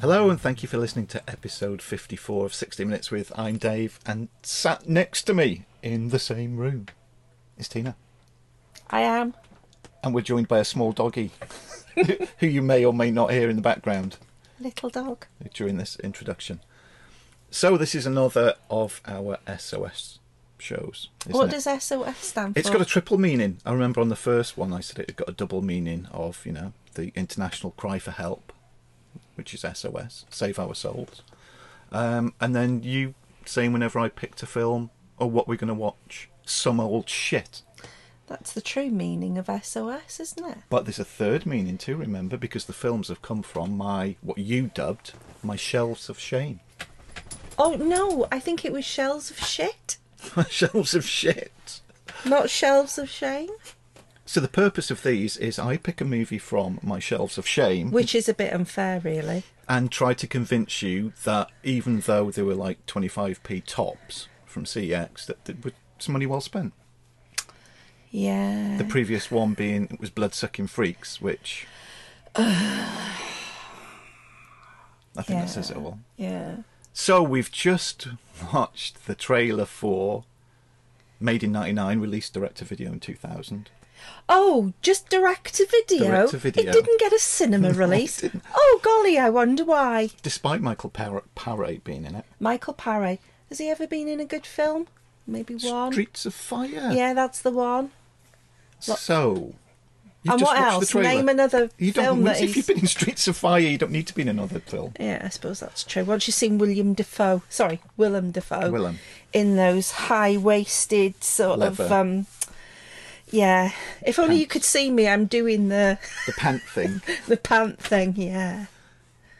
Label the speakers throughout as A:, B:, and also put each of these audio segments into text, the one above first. A: Hello, and thank you for listening to episode 54 of 60 Minutes with I'm Dave, and sat next to me in the same room is Tina.
B: I am.
A: And we're joined by a small doggy who you may or may not hear in the background
B: Little dog.
A: during this introduction. So, this is another of our SOS shows. Isn't
B: what
A: it?
B: does SOS stand for?
A: It's got a triple meaning. I remember on the first one I said it had got a double meaning of, you know, the international cry for help, which is SOS, save our souls. Um, and then you saying whenever I picked a film or what we're going to watch, some old shit.
B: That's the true meaning of SOS, isn't it?
A: But there's a third meaning too, remember, because the films have come from my, what you dubbed, my shelves of shame.
B: Oh no, I think it was shells of shit,
A: My shelves of shit.
B: not shelves of shame,
A: So the purpose of these is I pick a movie from my shelves of shame.
B: which is a bit unfair, really.
A: and try to convince you that even though they were like 25p tops from CX, that it was some money well spent.
B: Yeah.
A: The previous one being it was Blood Sucking Freaks, which I think
B: Yeah.
A: that says it all.
B: yeah.
A: So we've just watched the trailer for Made in '99, released direct to video in 2000.
B: Oh, just direct to video.
A: Direct to video.
B: It didn't get a cinema
A: No, it
B: release.
A: didn't.
B: Oh golly, I wonder why.
A: Despite Michael Par- Paré being in it,
B: Michael Paré. Has he ever been in a good film? Maybe one.
A: Streets of Fire.
B: Yeah, that's the one.
A: So. you've
B: and
A: just
B: what
A: watched the
B: else?
A: trailer.
B: Name another
A: You don't.
B: film that
A: if you've
B: he's
A: been in Streets of Fire, you don't need to be in another film.
B: Yeah, I suppose that's true. Once you've seen William Defoe, sorry, Willem Defoe,
A: Willem.
B: in those high-waisted sort of,
A: Leather.
B: um, yeah. If only you could see me, I'm doing the
A: The pant thing.
B: the pant thing. Yeah,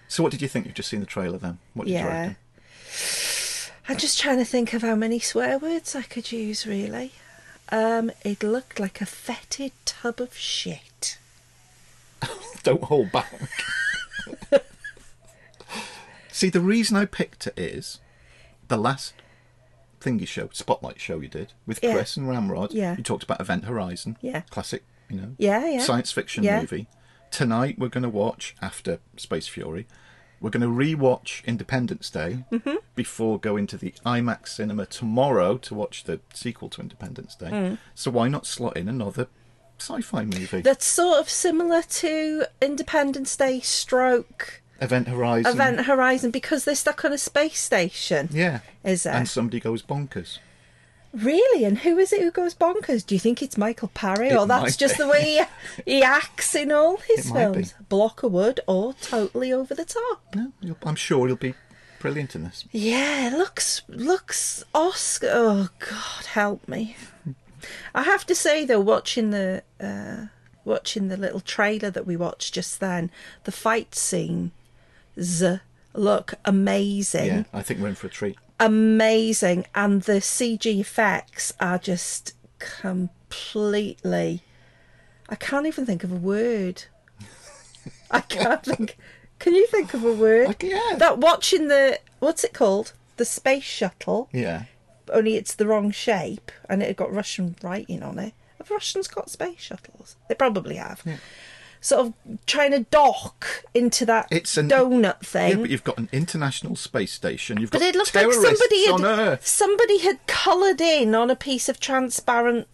A: so, what did you think? You've just seen the trailer, then. What did you
B: yeah.
A: reckon?
B: I'm just trying to think of how many swear words I could use. Really, um, it looked like a fetid tub of shit.
A: Don't hold back. See, the reason I picked it is the last thing you showed, spotlight show you did with
B: Yeah.
A: Chris and Ramrod.
B: Yeah.
A: You talked about Event Horizon.
B: Yeah.
A: Classic, you know.
B: Yeah, yeah.
A: Science fiction
B: Yeah.
A: movie. Tonight we're going to watch after Space Fury. We're going to rewatch Independence Day
B: Mm-hmm.
A: before going to the IMAX cinema tomorrow to watch the sequel to Independence Day.
B: Mm.
A: So why not slot in another sci-fi movie?
B: That's sort of similar to Independence Day stroke.
A: Event Horizon.
B: Event Horizon because they're stuck on a space station.
A: Yeah.
B: Is uh, there?
A: And somebody goes bonkers.
B: Really? And who is it who goes bonkers? Do you think it's Michael Parry
A: It
B: or that's
A: might
B: just
A: be.
B: the way he, he acts in all his
A: It might be.
B: films? Block of wood or totally over the top.
A: No, you'll, I'm sure he'll be brilliant in this.
B: Yeah, looks looks Oscar. Oh God, help me! I have to say though, watching the uh, watching the little trailer that we watched just then, the fight scenes look amazing.
A: Yeah, I think we're in for a treat.
B: amazing and the CG effects are just completely I can't even think of a word. I can't think Can you think of a word?
A: Like, yeah.
B: That watching the what's it called? The space shuttle,
A: Yeah.
B: only it's the wrong shape and it had got Russian writing on it. Have Russians got space shuttles? They probably have. Sort of trying to dock into that
A: It's an-
B: donut thing.
A: Yeah, but you've got an international space station. You've got
B: But it looked like
A: terrorists
B: somebody
A: on
B: had
A: Earth.
B: somebody had coloured in on a piece of transparent,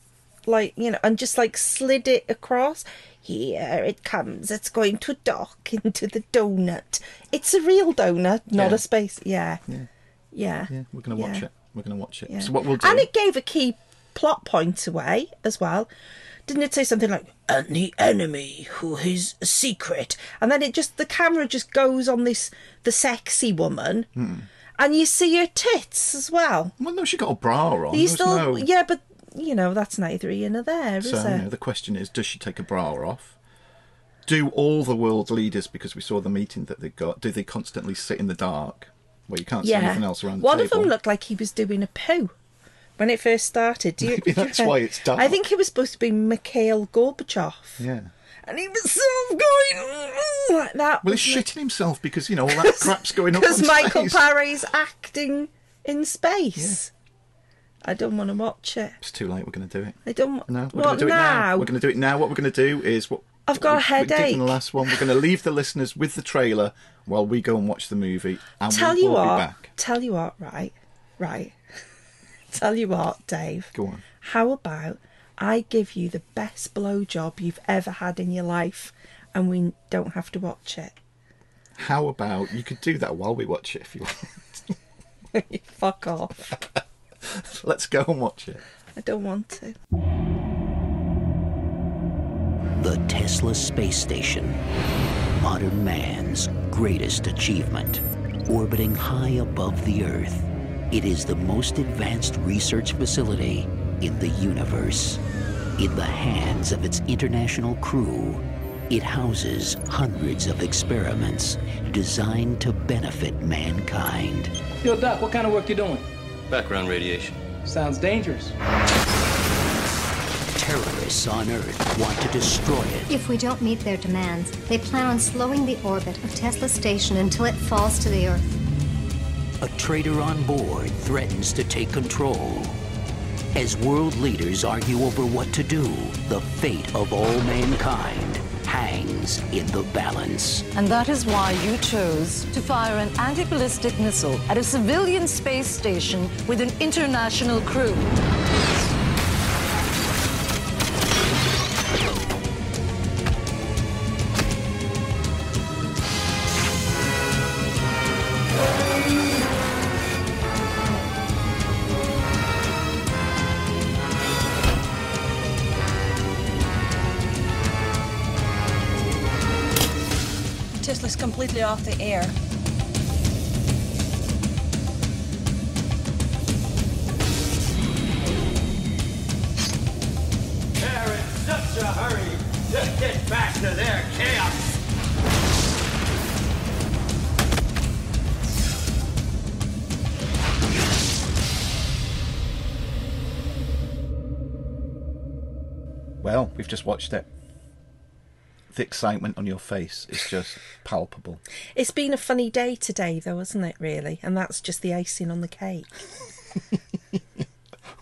B: like you know, and just like slid it across. Here it comes. It's going to dock into the donut. It's a real donut, not
A: Yeah.
B: a space. Yeah, yeah, yeah.
A: Yeah, we're going to watch
B: Yeah.
A: it. We're going to watch it.
B: Yeah.
A: So what we'll do?
B: And it gave a key plot point away as well. Didn't it say something like "and the enemy who is a secret"? And then it just the camera just goes on this the sexy woman,
A: Hmm.
B: and you see her tits as well.
A: Well, no, she got a bra on.
B: you
A: There's
B: still,
A: Oh, no...
B: yeah, but you know that's neither here nor there, is
A: So you
B: it?
A: know, the question is, does she take a bra off? Do all the world leaders, because we saw the meeting that they got, do they constantly sit in the dark where you can't see
B: yeah,
A: anything else around the
B: one of
A: table?
B: them looked like he was doing a poo. When it first started, do you,
A: Maybe
B: do you
A: that's
B: think-
A: why it's dark.
B: I think he was supposed to be Mikhail Gorbachev,
A: Yeah.
B: and he was sort of going "Mm," like that.
A: Well, he's
B: wasn't he?
A: shitting himself because you know all that crap's going on.
B: because Michael
A: space.
B: Parry's acting in space. I don't want to watch it.
A: It's too late. We're going to do it.
B: I don't. wa-
A: No, we're
B: what
A: going to do it now.
B: now?
A: We're going to do it now. What we're going to do is what
B: I've got a
A: we did
B: headache.
A: in the last one. We're going to leave the listeners with the trailer while we go and watch the movie, and
B: Tell
A: we
B: you
A: will
B: what.
A: be back.
B: Tell you what. Right. Right. tell you what, Dave.
A: Go on.
B: How about I give you the best blowjob you've ever had in your life, and we don't have to watch it.
A: How about you could do that while we watch it if you want.
B: Fuck off.
A: Let's go and watch it.
B: I don't want to.
C: The Tesla space station. Modern man's greatest achievement. Orbiting high above the Earth, it is the most advanced research facility in the universe. In the hands of its international crew, it houses hundreds of experiments designed to benefit mankind.
D: Yo, Doc, what kind of work you doing?
E: Background radiation.
D: Sounds dangerous.
C: Terrorists on Earth want to destroy it.
F: If we don't meet their demands, they plan on slowing the orbit of Tesla Station until it falls to the Earth.
C: A traitor on board threatens to take control. As world leaders argue over what to do, the fate of all mankind hangs in the balance.
G: And that is why you chose to fire an anti ballistic missile at a civilian space station with an international crew.
H: Tesla's completely off the air.
I: They're in such a hurry to get back to their chaos.
A: Well, we've just watched it. The excitement on your face is just palpable.
B: It's been a funny day today, though, hasn't it, really? And that's just the icing on the cake.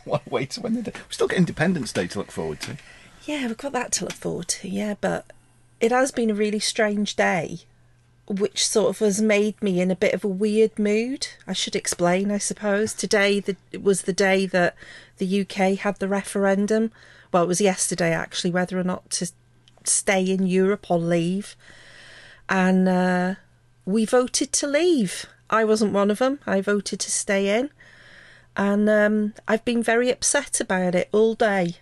A: What a way to end the day. We've still got Independence Day to look forward to.
B: Yeah, we've got that to look forward to, yeah, but it has been a really strange day, which sort of has made me in a bit of a weird mood. I should explain, I suppose. Today the, was the day that the UK had the referendum. Well, it was yesterday, actually, whether or not to stay in Europe or leave. And uh, we voted to leave. I wasn't one of them. I voted to stay in. And um, I've been very upset about it all day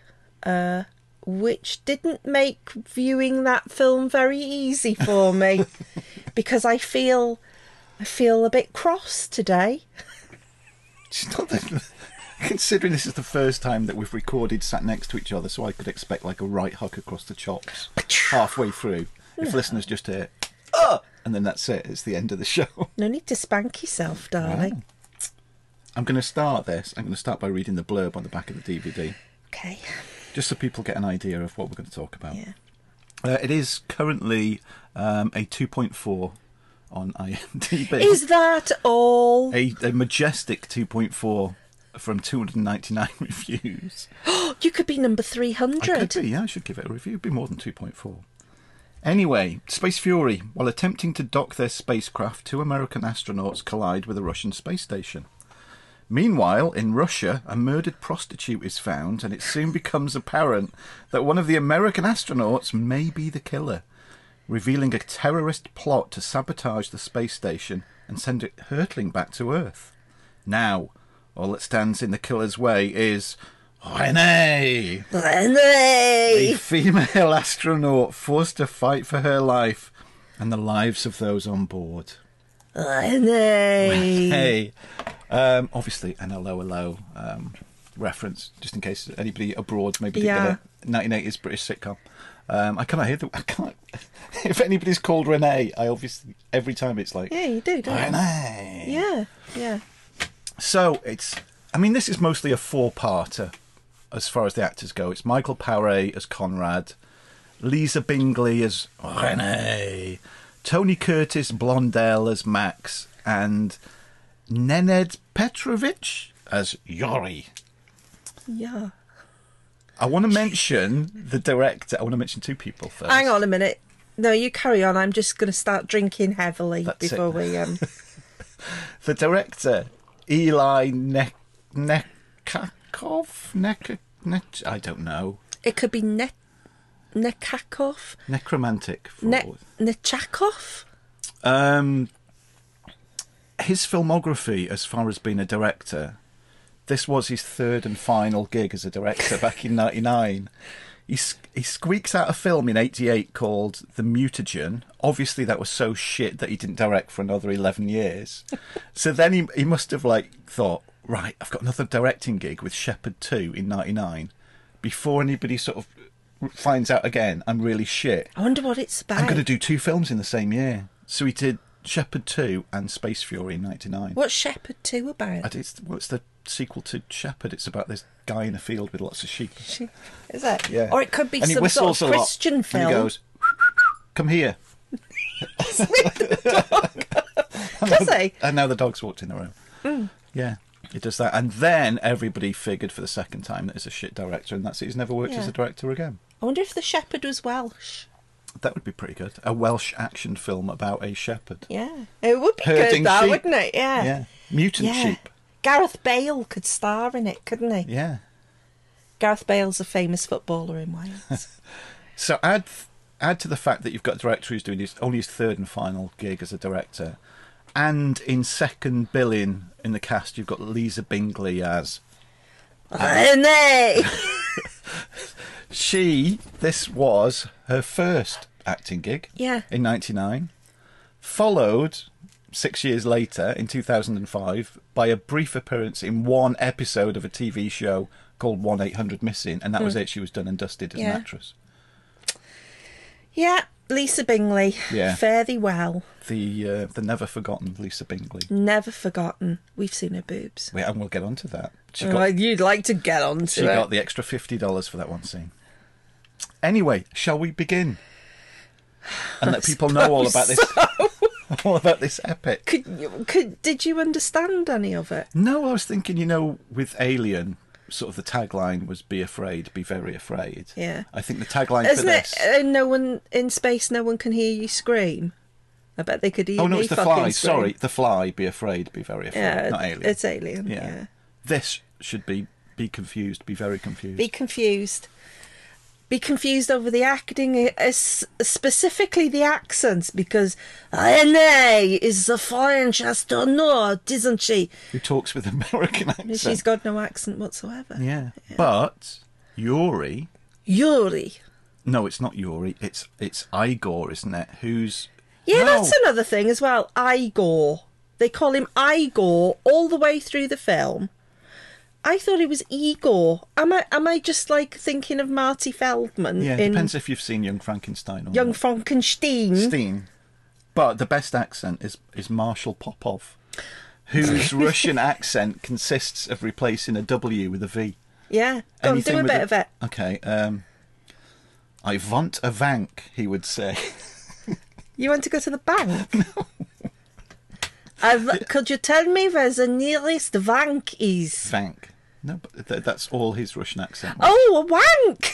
B: which didn't make viewing that film very easy for me because I feel I feel a bit cross today.
A: It's not that, considering this is the first time that we've recorded sat next to each other, so I could expect like a right hook across the chops halfway through. If listeners just hear, oh, and then that's it, it's the end of the show.
B: No need to spank yourself, darling.
A: I'm going to start this. I'm going to start by reading the blurb on the back of the DVD,
B: Okay.
A: just so people get an idea of what we're going to talk about.
B: Yeah.
A: Uh, it is currently um, a 2.4 on IMDb.
B: Is that all?
A: a, a majestic 2.4 from 299 reviews.
B: You could be number three
A: I could
B: hundred.
A: be, yeah, I should give it a review. It'd be more than 2.4. Anyway, Space Fury, while attempting to dock their spacecraft, two American astronauts collide with a Russian space station. Meanwhile, in Russia, a murdered prostitute is found, and it soon becomes apparent that one of the American astronauts may be the killer, revealing a terrorist plot to sabotage the space station and send it hurtling back to Earth. Now, all that stands in the killer's way is Rene!
B: Renee!
A: a female astronaut forced to fight for her life and the lives of those on board.
B: Renee!
A: Hey, um, obviously an hello hello um, reference, just in case anybody abroad maybe didn't
B: Yeah.
A: get it. 1980s British sitcom. Um, I can't hear the. I can't. If anybody's called Renee, I obviously every time it's like
B: Yeah, you do, don't you?
A: Renee.
B: Yeah, yeah.
A: So it's. I mean, this is mostly a four-parter as far as the actors go. It's Michael Paré as Conrad, Lisa Bingley as Renee, Tony Curtis Blondell as Max, and Nenad Petrovic as Yori.
B: Yeah.
A: I want to mention the director. I want to mention two people first.
B: Hang on a minute. No, you carry on. I'm just going to start drinking heavily
A: That's it.
B: before we. Um...
A: The director, Eli ne- Nekakov? Nek- Net- I don't know.
B: it could be ne- Nekakov,
A: Necromantic. For
B: ne- Nechakov.
A: Um, his filmography, as far as being a director, this was his third and final gig as a director back in '99. He, s- he squeaks out a film in '88 called The Mutagen. Obviously, that was so shit that he didn't direct for another 11 years. so then he, he must have like thought, right, I've got another directing gig with Shepherd 2 in '99. Before anybody sort of finds out again, I'm really shit.
B: I wonder what it's about.
A: I'm going to do two films in the same year. So he did Shepherd 2 and Space Fury in 99.
B: What's Shepherd 2
A: I
B: about?
A: did- It's, well, it's the sequel to Shepherd. It's about this guy in a field with lots of sheep.
B: Is that?
A: Yeah.
B: Or it could be
A: and he
B: some
A: whistles
B: sort of
A: a lot,
B: Christian
A: and
B: film.
A: he goes, come here.
B: Does he? Hmm.
A: And now the dog's walked in the room. Yeah, he does that. And then everybody figured for the second time that he's a shit director and that's it. He's never worked as
B: Yeah.
A: a director again.
B: I wonder if the shepherd was Welsh.
A: That would be pretty good. A Welsh action film about a shepherd.
B: Yeah. It would be
A: Herding
B: good, that,
A: sheep.
B: wouldn't it? Yeah.
A: Yeah. Mutant
B: Yeah.
A: sheep.
B: Gareth Bale could star in it, couldn't he?
A: Yeah.
B: Gareth Bale's a famous footballer in Wales.
A: So add add to the fact that you've got a director who's doing his only his third and final gig as a director, and in second billing in the cast you've got Lisa Bingley as
B: Isn't he?
A: she. This was her first acting gig.
B: Yeah.
A: In '99, followed six years later in 2005 by a brief appearance in one episode of a TV show called One Eight Hundred Missing, and that was it. She was done and dusted as
B: Hmm. Yeah.
A: an actress.
B: Yeah, Lisa Bingley.
A: Yeah.
B: Fare thee well.
A: The uh, the never forgotten Lisa Bingley.
B: Never forgotten. We've seen her boobs.
A: Wait, and we'll get on to that. She
B: Well,
A: got,
B: you'd like to get on to
A: she got the extra fifty dollars for that one scene. Anyway, shall we begin? And let people know all about this, all about this epic.
B: could, you- could did you understand any of it?
A: No, I was thinking, you know, with Alien, sort of the tagline was "Be afraid, be very afraid."
B: Yeah.
A: I think the tagline for
B: Isn't it?
A: this.
B: Uh, no one in space. No one can hear you scream. I bet they could hear
A: oh no,
B: me
A: it's the
B: fucking
A: fly.
B: scream.
A: Sorry, the fly. Be afraid, be very afraid.
B: yeah,
A: Not Alien.
B: It's alien. Yeah.
A: This should be be confused, be very confused.
B: Be confused. Be confused over the acting, uh, s- specifically the accents, because Anne is a French astronaut, isn't she?
A: Who talks with American accent?
B: She's got no accent whatsoever.
A: Yeah. But Yuri,
B: Yuri.
A: no, it's not Yuri. It's it's Igor, isn't it? Who's No.
B: Yeah, that's another thing as well. Igor. They call him Igor all the way through the film. I thought it was Igor. Am I am I just like thinking of Marty Feldman
A: yeah.
B: in
A: Depends if you've seen Young Frankenstein or
B: Young hmm?
A: not.
B: Frankenstein?
A: Frankenstein. But the best accent is is Marshall Popov, whose Russian accent consists of replacing a W with a V.
B: Yeah. Go on,
A: Anything
B: do a
A: with
B: bit of it.
A: Okay. Um, I want a vank, he would say.
B: You want to go to the bank? I've, could you tell me where the nearest bank is?
A: vank. No, but th- that's all his Russian accent. was.
B: Oh, a wank!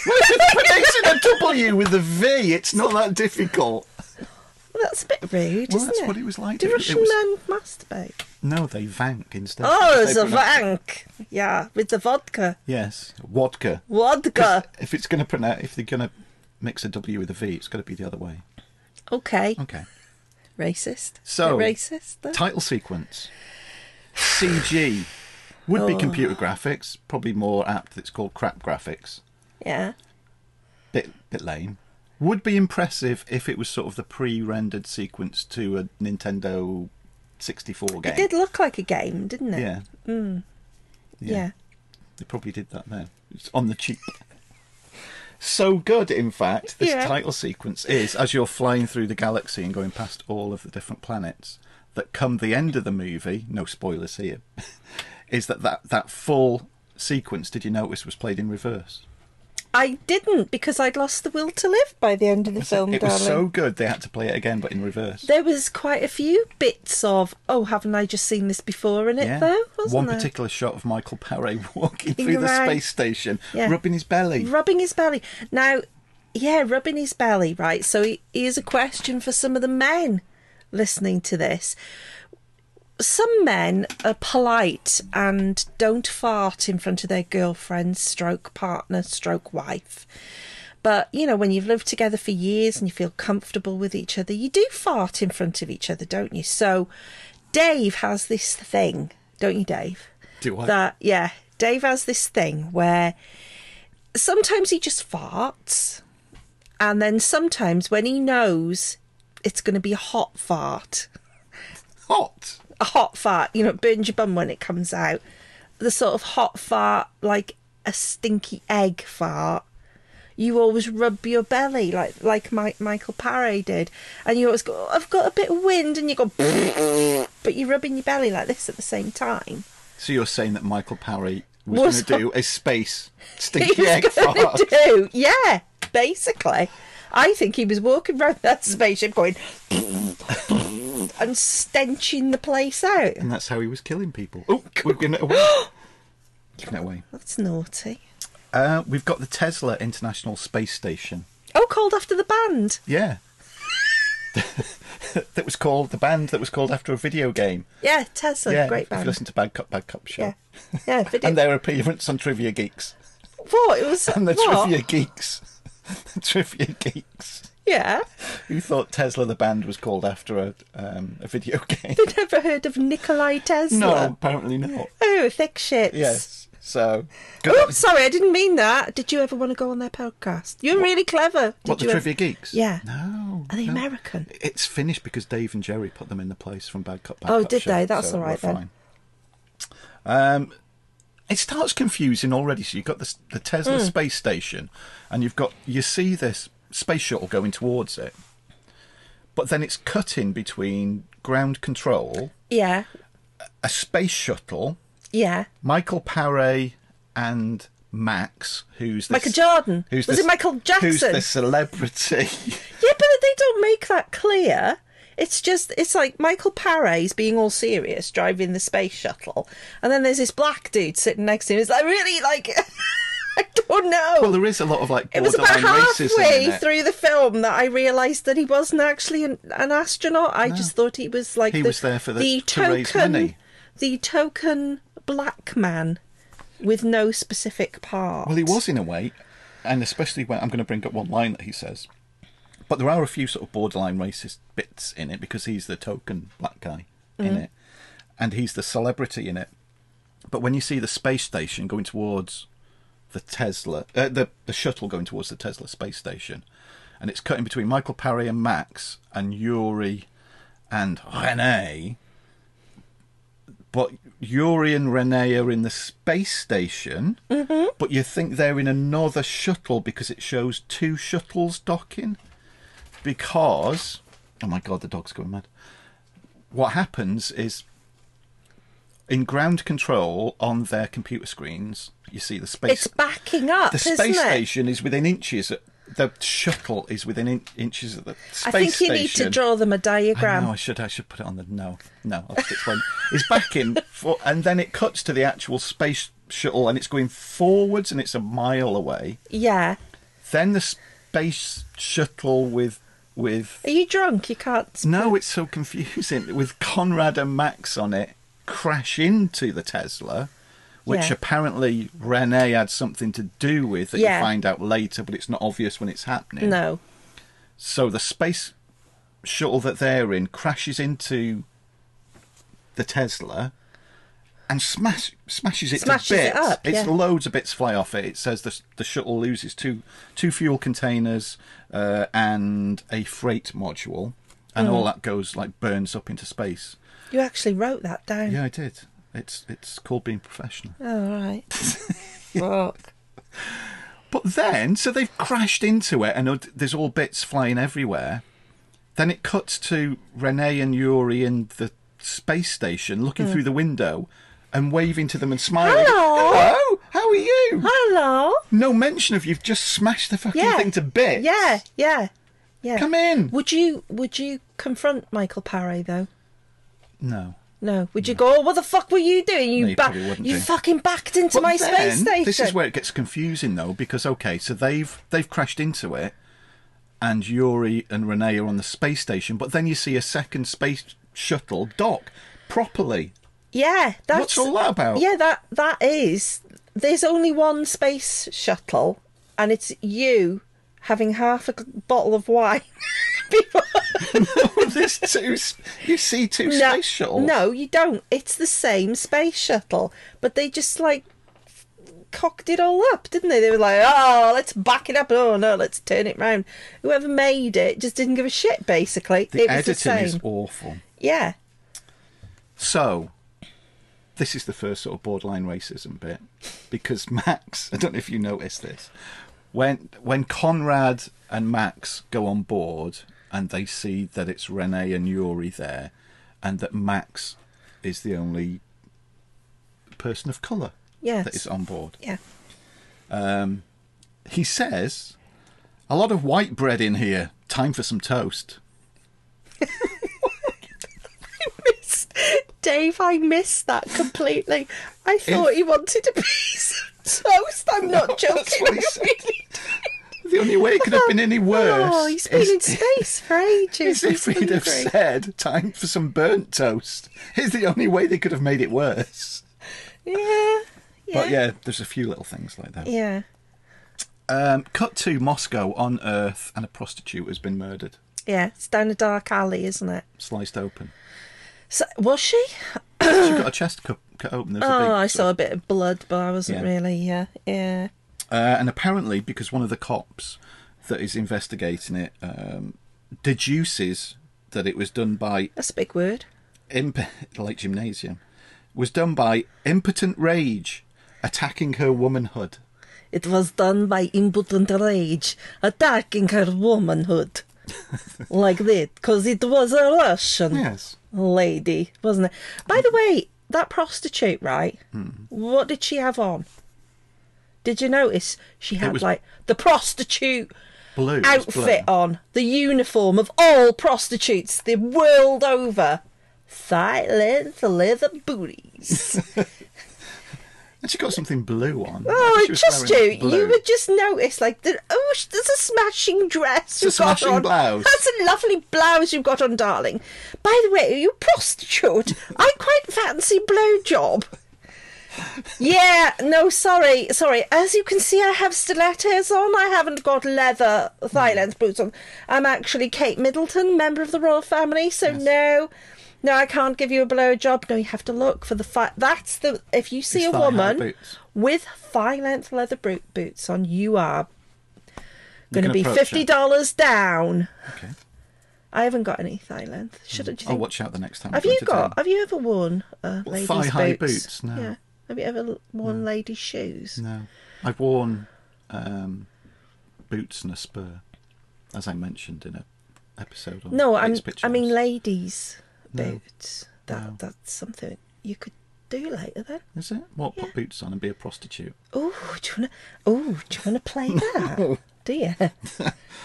A: Pronouncing a W with a V, it's not that difficult.
B: That's a bit rude,
A: Well,
B: isn't
A: that's
B: it?
A: what it was like.
B: Do
A: It- it
B: Russian
A: was-
B: men masturbate?
A: No, they vank instead.
B: Oh,
A: They
B: the
A: pronounce-
B: vank. Yeah, with the vodka.
A: Yes, vodka.
B: Vodka.
A: If it's going to pronounce, if they're going to mix a W with a V, it's got to be the other way.
B: Okay.
A: Okay.
B: Racist.
A: Oh. So,
B: Bit racist. though.
A: Title sequence. CG would
B: Oh.
A: be computer graphics, probably more apt. It's called crap graphics.
B: yeah.
A: Bit bit lame. Would be impressive if it was sort of the pre-rendered sequence to a Nintendo 64 game.
B: It did look like a game, didn't it? Mm.
A: Yeah,
B: Yeah.
A: they probably did that then. It's on the cheap. So good, in fact, this
B: Yeah.
A: title sequence is as you're flying through the galaxy and going past all of the different planets. That come the end of the movie, no spoilers here, is that that, that full sequence, did you notice, was played in reverse?
B: I didn't because I'd lost the will to live by the end of the film,
A: it
B: darling.
A: was so good they had to play it again, but in reverse.
B: There was quite a few bits of oh, haven't I just seen this before in it though? Wasn't
A: One
B: there?
A: particular shot of Michael Paré walking
B: You're
A: through the
B: right.
A: space station,
B: Yeah.
A: rubbing his belly.
B: rubbing his belly. Now, yeah, rubbing his belly, right? So he- here's a question for some of the men listening to this. Some men are polite and don't fart in front of their girlfriend, stroke partner, stroke wife. But, you know, when you've lived together for years and you feel comfortable with each other, you do fart in front of each other, don't you? So Dave has this thing, don't you, Dave?
A: Do I?
B: That, yeah, Dave has this thing where sometimes he just farts. And then sometimes when he knows it's going to be a hot fart,
A: Hot.
B: a hot fart, you know, it burns your bum when it comes out, the sort of hot fart, like a stinky egg fart. You always rub your belly like like Mike, Michael Paré did, and you always go, "Oh, "I've got a bit of wind," and you go, but you're rubbing your belly like this at the same time.
A: So you're saying that Michael Paré was,
B: Was
A: going to do a space
B: he
A: stinky
B: was
A: egg
B: gonna
A: fart?
B: do. Yeah, basically. I think he was walking around that spaceship going and stenching the place out.
A: And that's how he was killing people. Oh, we've given it away. given it away.
B: That's naughty.
A: Uh, we've got the Tesla International Space Station.
B: Oh, called after the band.
A: Yeah. that was called the band that was called after a video game.
B: Yeah, Tesla,
A: yeah,
B: great
A: if you
B: band.
A: listen to Bad Cop Bad Cop show.
B: Yeah, yeah. Video.
A: And their appearance on Trivia Geeks.
B: what it was?
A: And the
B: what?
A: Trivia Geeks. the Trivia Geeks.
B: Yeah,
A: Who thought Tesla the band was called after a um, a video game?
B: they'd never heard of Nikolai Tesla.
A: no, apparently not.
B: Oh, thick shits.
A: Yes. So good.
B: Oops, sorry, I didn't mean that. Did you ever want to go on their podcast? You're really clever. Did
A: what the
B: you ever-
A: Trivia Geeks?
B: Yeah.
A: No.
B: Are they
A: no.
B: American?
A: It's finished because Dave and Jerry put them in the place from Bad Cop. Bad
B: Oh,
A: Cop
B: did
A: show,
B: they? That's
A: so
B: all right
A: we're
B: then.
A: Fine. Um, it starts confusing already. So you've got the, the Tesla
B: Hmm.
A: space station, and you've got you see this space shuttle going towards it, but then it's cutting between ground control,
B: Yeah,
A: a space shuttle,
B: yeah.
A: Michael Paré and Max, who's this,
B: Michael Jordan?
A: Who's
B: Was
A: this,
B: it Michael
A: Who's
B: Jackson?
A: the celebrity?
B: Yeah, but they don't make that clear. It's just, it's like Michael Paré's being all serious, driving the space shuttle, and then there's this black dude sitting next to him. It's like, really, like, I don't know.
A: Well, there is a lot of like
B: it was
A: borderline
B: about
A: racism in
B: halfway
A: it.
B: through the film that I realised that he wasn't actually an, an astronaut. I just thought he was like
A: He
B: the,
A: was there for the-
B: the
A: to raise
B: token,
A: money.
B: the token black man with no specific part.
A: Well, he was in a way, and especially when I'm going to bring up one line that he says. But there are a few sort of borderline racist bits in it because he's the token black guy in it, and he's the celebrity in it. But when you see the space station going towards the Tesla, uh, the the shuttle going towards the Tesla space station, and it's cutting between Michael Parry and Max and Yuri and Renee. But Yuri and Renee are in the space station,
B: Mm-hmm.
A: but you think they're in another shuttle because it shows two shuttles docking. Because, oh my god, the dog's going mad. What happens is in ground control on their computer screens, you see the space
B: It's backing up,
A: the
B: isn't
A: space
B: it?
A: station is within inches. Of, the shuttle is within in, inches of the space
B: I think you
A: station.
B: need to draw them a
A: I
B: diagram.
A: know, I should. I should put it on the no, no. I'll just explain. it's back in, for, and then it cuts to the actual space shuttle, and it's going forwards, and it's a mile away.
B: Yeah.
A: Then the space shuttle with with
B: Are you drunk? You can't. sp-
A: no, it's so confusing with Conrad and Max on it crash into the Tesla, which
B: Yeah.
A: apparently Renee had something to do with that
B: Yeah.
A: you find out later, but it's not obvious when it's happening.
B: No.
A: So the space shuttle that they're in crashes into the Tesla and smash, smashes it
B: Smashes
A: to
B: it
A: bits.
B: up,
A: it's
B: yeah.
A: loads of bits fly off it. It says the the shuttle loses two two fuel containers uh, and a freight module, and all
B: Mm.
A: that goes like burns up into space.
B: You actually wrote that down.
A: Yeah, I did. It's it's called being professional.
B: Oh, all right. Fuck.
A: But then, so they've crashed into it, and there's all bits flying everywhere. Then it cuts to Renee and Yuri in the space station, looking through the window and waving to them and smiling.
B: Hmm. Hello.
A: Hello, how are you? you?
B: Hello.
A: No mention of you've just smashed the fucking
B: Yeah.
A: thing to bits.
B: Yeah, yeah, yeah.
A: Come in.
B: Would you would you confront Michael Paré though?
A: No.
B: No. Would you go? Oh, what the fuck were you doing? You
A: No, you
B: ba-
A: probably wouldn't
B: you
A: do.
B: fucking backed into
A: But
B: my
A: then,
B: space station.
A: This is where it gets confusing though, because okay, so they've they've crashed into it, and Yuri and Renee are on the space station, but then you see a second space shuttle dock properly.
B: Yeah, that's
A: What's all that about?
B: Yeah, that that is. There's only one space shuttle, and it's you having half a gl- bottle of wine. before-
A: There's two. s- You see two
B: no,
A: space shuttles.
B: No, you don't. It's the same space shuttle, but they just like cocked it all up, didn't they? They were like, "Oh, let's back it up. Oh no, let's turn it round." Whoever made it just didn't give a shit. Basically,
A: the
B: it was
A: editing
B: the same.
A: is awful.
B: Yeah,
A: So, this is the first sort of borderline racism bit because Max, I don't know if you noticed this, when when Conrad and Max go on board and they see that it's Renee and Yuri there, and that Max is the only person of colour
B: Yes.
A: that is on board.
B: yeah.
A: He says, "A lot of white bread in here. Time for some toast."
B: Dave, I missed that completely. I thought he wanted a piece of toast. I'm not joking.
A: that's what he
B: I
A: said.
B: really did.
A: The only way it could have been any worse.
B: Oh, he's been
A: is-
B: in space for ages.
A: As if
B: He's
A: he'd have
B: hungry.
A: said, time for some burnt toast. Is the only way they could have made it worse.
B: Yeah.
A: But yeah, there's a few little things like that.
B: Yeah.
A: Um, cut to Moscow on Earth, and a prostitute has been murdered,
B: Yeah. It's down a dark alley, isn't it?
A: sliced open.
B: So, was she?
A: she got her chest cut, cut open. There was a big
B: Oh, I
A: sort
B: saw a bit of blood, but I wasn't
A: Yeah.
B: really. Yeah. Yeah.
A: of- Uh, and apparently, because one of the cops that is investigating it um, deduces that it was done by
B: That's a big word.
A: imp- like gymnasium, was done by impotent rage, attacking her womanhood.
B: It was done by impotent rage, attacking her womanhood. like that, because it was a Russian.
A: Yes.
B: lady, wasn't it? By the way, that prostitute, right?
A: Hmm.
B: What did she have on? Did you notice she had
A: was-
B: like the prostitute
A: Blue. it was blue.
B: outfit on, the uniform of all prostitutes the world over? Tight length leather booties.
A: And she got something blue on.
B: Oh,
A: She was
B: just you.
A: wearing blue.
B: You would just notice, like, the, oh, sh- there's a smashing dress.
A: a
B: you've got
A: smashing
B: on.
A: blouse.
B: That's a lovely blouse you've got on, darling. By the way, are you a prostitute? I quite fancy blowjob. Yeah, no, sorry, sorry. As you can see, I have stilettos on. I haven't got leather thigh length boots on. I'm actually Kate Middleton, member of the royal family, so no. No, I can't give you a blowjob. No, you have to look for the fi- That's the. If you see
A: It's
B: a
A: thigh-high
B: woman
A: boots.
B: with thigh length leather bro- boots on, you are going to
A: can
B: be
A: approach her.
B: fifty dollars down.
A: Okay.
B: I haven't got any thigh length. Should I? Do you
A: I'll
B: think-
A: watch out the next time.
B: have
A: I go
B: you
A: to
B: got?
A: town.
B: Have you ever worn uh, ladies'
A: thigh-high
B: boots?
A: boots? No.
B: Yeah. Have you ever l- worn ladies' shoes?
A: No, I've worn um, boots and a spur, as I mentioned in a episode. On
B: No, I'm,
A: Kate's Picture
B: I mean
A: House.
B: ladies' boots. That that's something you could do later then.
A: Is it? What put boots on and be a prostitute?
B: Oh, do you wanna? Oh, do you wanna play that? do you?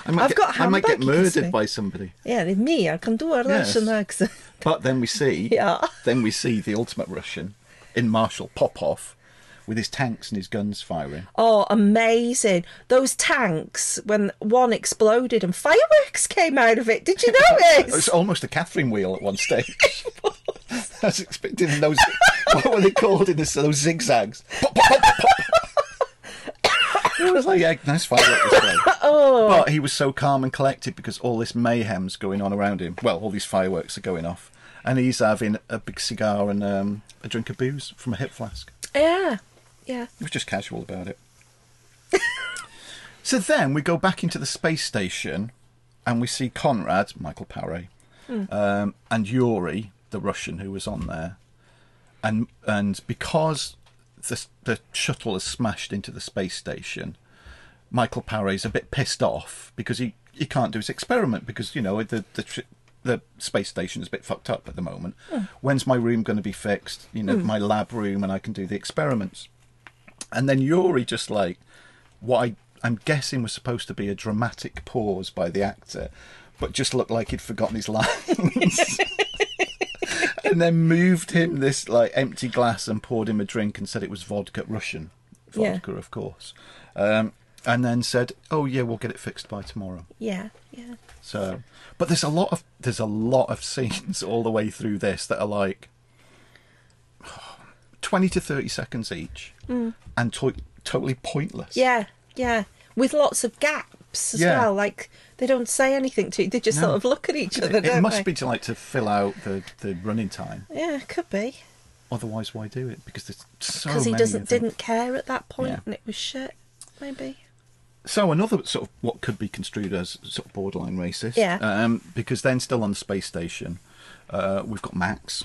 A: I might
B: I've
A: get,
B: got
A: I might get
B: handbag, you can
A: murdered
B: see.
A: by somebody.
B: Yeah, with me, I can do a
A: Yes.
B: Russian accent.
A: But then we see,
B: Yeah.
A: then we see the ultimate Russian in Marshal Popoff with his tanks and his guns firing.
B: Oh, amazing! Those tanks when one exploded and fireworks came out of it. Did you
A: It's
B: notice?
A: almost a Catherine wheel at one stage. I was expecting those. what were they called in this? Those zigzags. Pop, pop, pop, pop, pop. it was like, yeah, nice firework display. Oh. But he was so calm and collected because all this mayhem's going on around him. Well, all these fireworks are going off, and he's having a big cigar and um, a drink of booze from a hip flask.
B: yeah, yeah.
A: He was just casual about it. so then we go back into the space station and we see Conrad, Michael Paré, um, and Yuri, the Russian who was on there. And and because the, the shuttle has smashed into the space station, Michael Paré's a bit pissed off because he, he can't do his experiment because, you know, the, the, tr- the space station is a bit fucked up at the moment. When's my room going to be fixed? You know, my lab room, and I can do the experiments. And then Yuri just like what I, I'm guessing was supposed to be a dramatic pause by the actor, but just looked like he'd forgotten his lines. and then moved him this like empty glass and poured him a drink and said it was vodka Russian.
B: Yeah.
A: Vodka, of course. Um, and then said, Oh yeah, we'll get it fixed by tomorrow.
B: Yeah, yeah.
A: So but there's a lot of there's a lot of scenes all the way through this that are like twenty to thirty seconds each and to- totally pointless.
B: Mm. Yeah, yeah. With lots of gaps as
A: Yeah.
B: well. Like they don't say anything to you. They just
A: No.
B: sort of look at each other.
A: It,
B: don't
A: must
B: they?
A: be to like to fill out the, the running time.
B: Yeah, it could be
A: Otherwise, why do it? Because there's so
B: because
A: Oh,
B: he
A: many
B: doesn't
A: of them.
B: didn't care at that point
A: Yeah.
B: and it was shit. Maybe.
A: So another sort of what could be construed as sort of borderline racist.
B: Yeah.
A: Um, because then still on the space station, uh, we've got Max,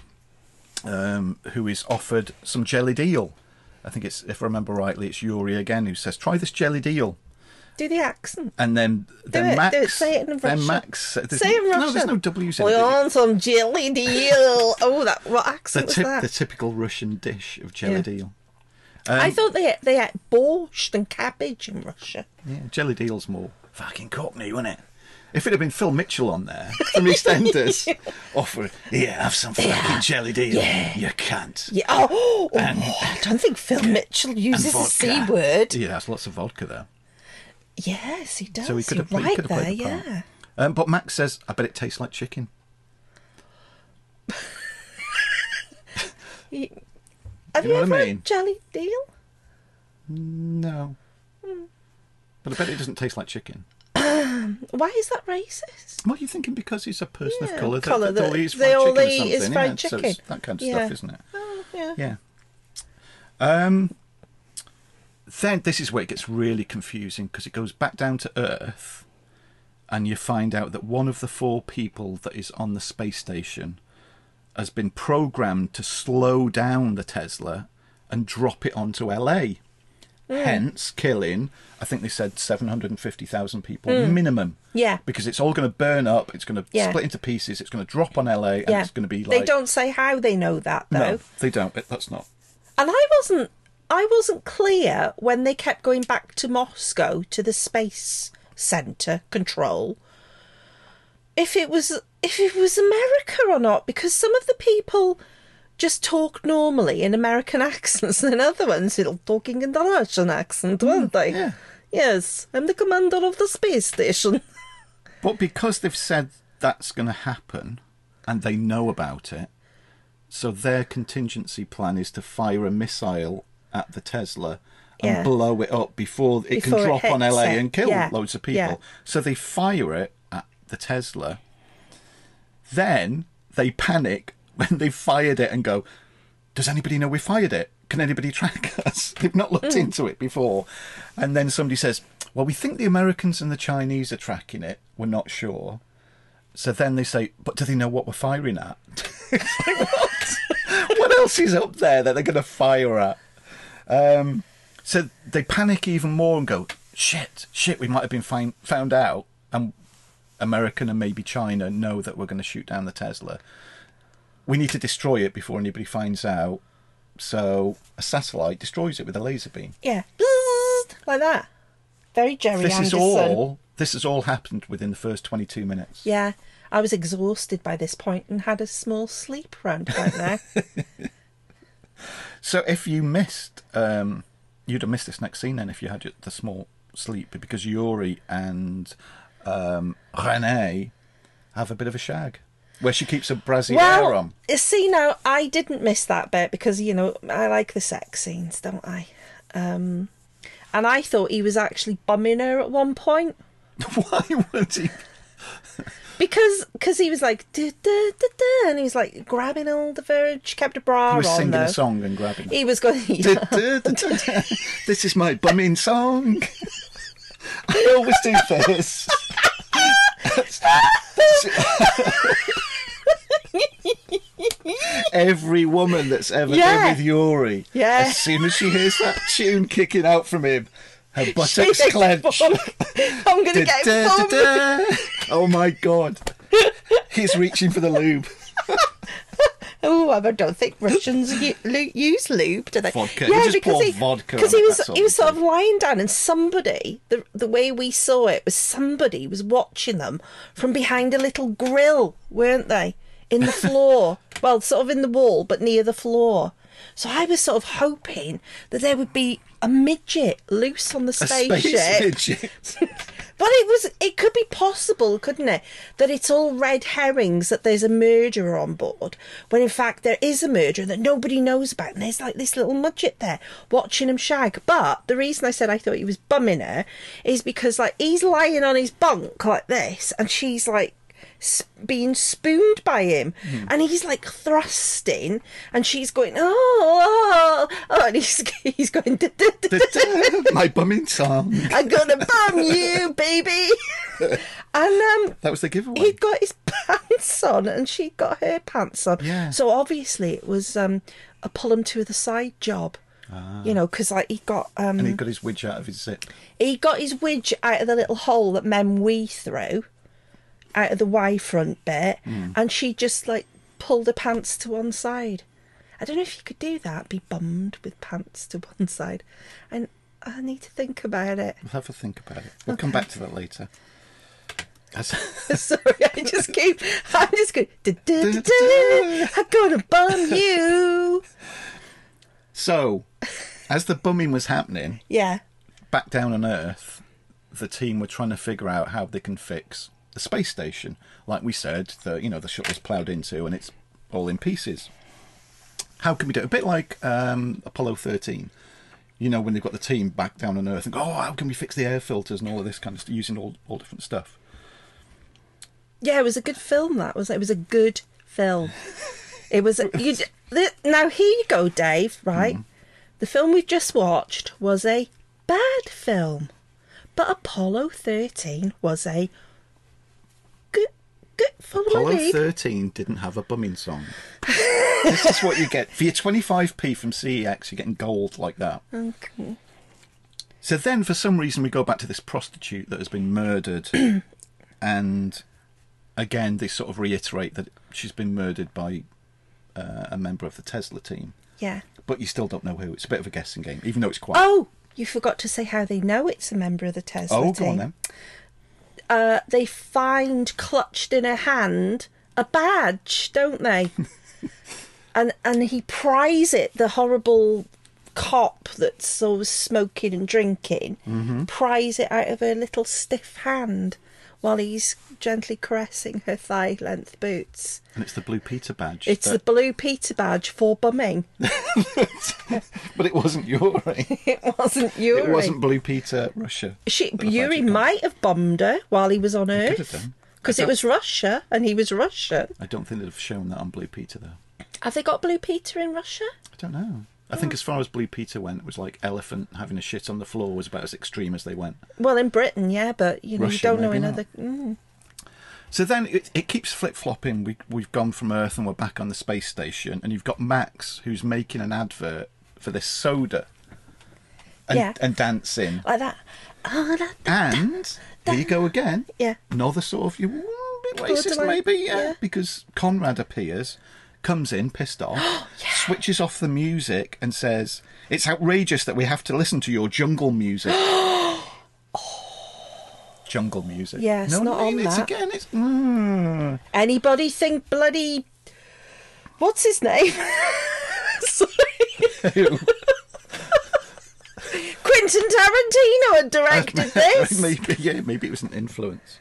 A: um, who is offered some jelly deal. I think it's if I remember rightly, it's Yuri again who says, "Try this jelly deal."
B: Do the accent.
A: And then, then
B: it, do
A: Max,
B: it, say it in
A: then
B: Russian.
A: Max, uh, there's
B: Say it in
A: no,
B: Russian.
A: there's no W's in
B: We
A: it.
B: want some jelly deal. oh, that what
A: The,
B: accent was
A: tip,
B: that?
A: the um, typical Russian dish of jelly
B: Yeah.
A: deal.
B: I thought they they ate borscht and cabbage in Russia.
A: Yeah, Jelly Deal's more fucking Cockney, wasn't it? If it had been Phil Mitchell on there from EastEnders, offer, yeah, have some fucking Jelly Deal,
B: Yeah.
A: you can't.
B: Yeah. Oh, oh, I don't think Phil Mitchell uses the
A: vodka.
B: c word.
A: Yeah, that's lots of vodka there.
B: Yes, he does.
A: So he could have,
B: Oh, You're
A: played- he
B: right
A: could have
B: there.
A: played the part.
B: yeah.
A: Um, but Max says, I bet it tastes like chicken.
B: Have
A: You
B: you,
A: know
B: ever
A: what I
B: had
A: mean?
B: jelly deal?
A: No. Hmm. But I bet it doesn't taste like chicken.
B: Why is that racist?
A: What are you thinking? Because he's a person
B: Yeah,
A: of colour, that,
B: colour
A: that, all
B: that
A: he eats
B: they
A: fried
B: all
A: chicken or
B: eat
A: something.
B: is fried
A: yeah, So it's
B: chicken.
A: that kind of
B: Yeah.
A: stuff, isn't it?
B: Oh, yeah.
A: Yeah. Um, then this is where it gets really confusing because it goes back down to Earth, and you find out that one of the four people that is on the space station has been programmed to slow down the Tesla and drop it onto LA.
B: Mm.
A: Hence, killing. I think they said seven hundred and fifty thousand people minimum.
B: Mm. Yeah.
A: because it's all going to burn up. It's going to
B: Yeah.
A: split into pieces. It's going to drop on LA, and
B: yeah.
A: it's going to be like
B: They don't say how they know that though.
A: No, they don't. It- That's not
B: And I wasn't I wasn't clear when they kept going back to Moscow to the space center control if it was if it was America or not because some of the people just talk normally in American accents and other ones are talking in the Russian accent, weren't they?
A: Mm, yeah.
B: Yes, I'm the commander of the space station.
A: But because they've said that's going to happen and they know about it, so their contingency plan is to fire a missile at the Tesla and
B: Yeah.
A: blow it up before it
B: Before
A: can
B: it
A: drop on
B: hits
A: LA
B: it.
A: and kill
B: Yeah.
A: loads of people.
B: Yeah.
A: So they fire it at the Tesla. Then they panic when they fired it and go, Does anybody know we fired it? Can anybody track us? They've not looked
B: Mm.
A: into it before. And then somebody says, Well, we think the Americans and the Chinese are tracking it. We're not sure. So then they say, But do they know what we're firing at? It's like, what? what else is up there that they're going to fire at? Um, so they panic even more and go, shit, shit, we might have been find, found out. And American and maybe China know that we're going to shoot down the Tesla. We need to destroy it before anybody finds out. So a satellite destroys it with a laser beam.
B: Yeah. Bzzzt, like that. Very Jerry
A: This is
B: Anderson.
A: all. This has all happened within the first 22 minutes.
B: Yeah, I was exhausted by this point and had a small sleep round about now.
A: So if you missed, um, you'd have missed this next scene then if you had your- the small sleep because Yuri and um, Renee have a bit of a shag where she keeps a brassiere
B: well,
A: on.
B: you see now, I didn't miss that bit because you know I like the sex scenes, don't I? Um, and I thought he was actually bumming her at one point
A: Why would he?
B: because cause he was like da, da, da, da, and he was like grabbing hold of her. and She kept a bra
A: He was
B: on
A: singing
B: though.
A: a song and grabbing. her.
B: He was going.
A: Du- du- du- du- du. this is my bumming song. I always do this. Every woman that's ever
B: Yeah.
A: been with Yuri,
B: Yeah.
A: as soon as she hears that tune kicking out from him, her buttocks
B: She-
A: clench.
B: I'm going to get
A: Da- da-
B: bumped.
A: da- da. Oh my god. He's reaching for the lube.
B: oh, I don't think Russians u- lu- use lube, do they?
A: Vodka. You just pour vodka
B: because
A: on
B: he
A: it,
B: was
A: that's all
B: he was
A: you
B: sort of lying down, and somebody the the way we saw it was somebody was watching them from behind a little grill, weren't they? In the floor, well, sort of in the wall, but near the floor. So I was sort of hoping that there would be a midget loose on the
A: A
B: spaceship.
A: midget.
B: But it was it could be possible, couldn't it, that it's all red herrings that there's a murderer on board, when in fact there is a murderer that nobody knows about, and there's like this little midget there watching him shag. But the reason I said I thought he was bumming her is because like he's lying on his bunk like this, and she's like s- being spooned by him and he's like thrusting and she's going oh, oh, oh," and he's, he's going "Duh, duh, duh, duh, duh."
A: My bumming song.
B: I'm gonna bum you, baby. and um,
A: That was the giveaway.
B: he'd got his pants on, and she got her pants on.
A: Yeah.
B: So obviously it was um, a pull him to the side job. You know, because like he got um,
A: Ah. and he got his widge out of his zip.
B: he got his widge out of the little hole that Mem Wee threw out of the Y front bit,
A: Hmm.
B: and she just like pulled her pants to one side. I don't know if you could do that, be bummed with pants to one side. And I need to think about it.
A: We'll have a think about it. We'll come back to that later. That's-
B: Sorry, I just keep. I'm just going. "Du- du- du- du, I'm gonna bum you.
A: so, as the bumming was happening,
B: Yeah,
A: back down on Earth, the team were trying to figure out how they can fix the space station. Like we said, the you know the shuttle's ploughed into and it's all in pieces. How can we do it? A bit like um, Apollo 13. You know, when they've got the team back down on Earth and go, oh, how can we fix the air filters and all of this kind of stuff, using all, all different stuff.
B: yeah. It was a good film. That was. It It was a good film. It was. A, you, th- now here you go, Dave. Right,
A: Hmm.
B: the film we've just watched was a bad film, but Apollo 13 was a good, good. Follow my
A: Apollo
B: lead.
A: 13 didn't have a bumming song. this is what you get. For your 25p from CEX, you're getting gold like that.
B: Okay.
A: So then, for some reason, we go back to this prostitute that has been murdered, and again, they sort of reiterate that she's been murdered by uh, a member of the Tesla team.
B: Yeah.
A: But you still don't know who. It's a bit of a guessing game, even though it's quite.
B: Oh, you forgot to say how they know it's a member of the Tesla
A: Oh,
B: team.
A: go on then.
B: uh, they find clutched in her hand a badge, don't they? and and he pries it. The horrible cop that's always smoking and drinking
A: Mm-hmm.
B: pries it out of her little stiff hand while he's gently caressing her thigh length boots.
A: And it's the Blue Peter badge.
B: It's the
A: that-
B: blue Peter badge for bumming.
A: but it wasn't Yuri.
B: It wasn't Yuri.
A: It wasn't Blue Peter Russia.
B: She,
A: that the badge
B: Yuri
A: had gone.
B: might have bombed her while he was on
A: could have
B: Earth
A: done.
B: because it was Russia and he was Russian.
A: I don't think they'd have shown that on Blue Peter though.
B: Have they got Blue Peter in Russia?
A: I don't know. Oh. I think as far as Blue Peter went, it was like elephant having a shit on the floor was about as extreme as they went.
B: Well, in Britain, yeah, but you know,
A: Russia,
B: you don't know
A: maybe
B: in
A: not.
B: other. Mm.
A: So then it, it keeps flip flopping. We, we've gone from Earth and we're back on the space station, and you've got Max who's making an advert for this soda and,
B: Yeah.
A: and dancing.
B: Like that. Oh, that.
A: And here you go again.
B: Yeah.
A: Another sort of you mm, bit
B: Borderline,
A: racist, maybe, yeah,
B: yeah.
A: Because Conrad appears, comes in, pissed off, switches off the music, and says, It's outrageous that we have to listen to your jungle music. jungle music.
B: Yeah, it's
A: no,
B: not
A: I mean,
B: on
A: it's
B: that.
A: again, it's. Mm.
B: Anybody think bloody. What's his name? Sorry. Quentin Tarantino had directed this.
A: maybe, yeah, maybe it was an influence.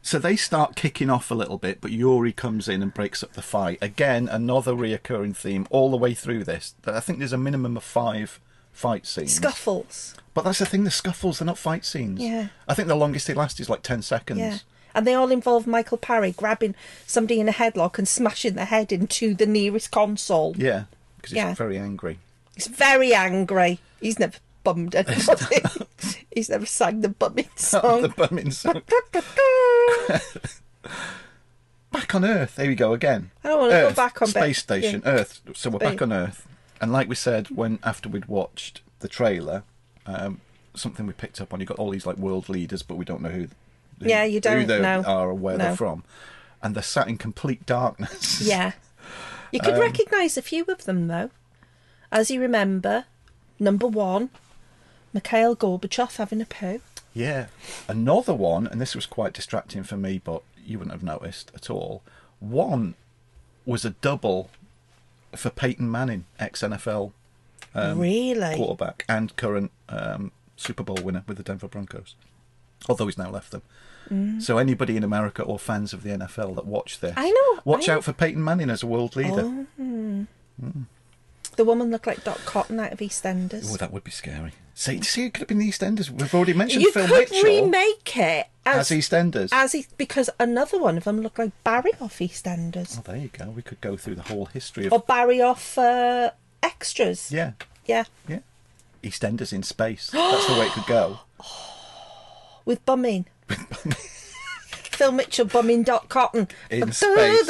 A: So they start kicking off a little bit, but Yuri comes in and breaks up the fight. Again, another reoccurring theme all the way through this. That I think there's a minimum of five fight scenes.
B: Scuffles.
A: But that's the thing, the scuffles, they're not fight scenes.
B: Yeah.
A: I think the longest they last is like 10 seconds.
B: Yeah. And they all involve Michael Parry grabbing somebody in a headlock and smashing their head into the nearest console.
A: Yeah, because he's
B: Yeah.
A: very angry.
B: He's very angry. He's never bummed anybody. He's never sang the bumming song.
A: the bumming sound.
B: I
A: back on Earth. There we go again.
B: I don't wanna go
A: Earth,
B: back on
A: space
B: ba-
A: station
B: yeah.
A: Earth. So we're back
B: Space.
A: on Earth, and like we said, when after we'd watched the trailer, um, something we picked up on. You got all these like world leaders, but we don't know who. who
B: Yeah, you
A: who
B: don't
A: they
B: know.
A: are or where they're
B: No.
A: from, and they're sat in complete darkness.
B: Yeah. You
A: Um,
B: could recognise a few of them, though. As you remember, number one, Mikhail Gorbachev having a poo.
A: Yeah. Another one, and this was quite distracting for me, but you wouldn't have noticed at all. One was a double for Peyton Manning, ex NFL Um,
B: really?
A: quarterback and current um, Super Bowl winner with the Denver Broncos, although he's now left them. So anybody in America or fans of the NFL that watch this,
B: Mm. I know,
A: watch
B: I- Oh,
A: out for Peyton Manning as a world leader.
B: The woman looked like Dot Cotton out of EastEnders.
A: Oh, that would be scary. See, see, it could have been the EastEnders. We've already mentioned
B: you
A: Phil
B: could
A: Mitchell
B: remake it
A: as
B: as,
A: EastEnders.
B: as he, because another one of them looked like Barry off EastEnders
A: Oh, there you go. We could go through the whole history of
B: or Barry off uh, extras.
A: Oh. yeah,
B: yeah,
A: yeah. EastEnders in space. That's the way it could go.
B: with bumming. Phil Mitchell bumming Dot Cotton
A: In space.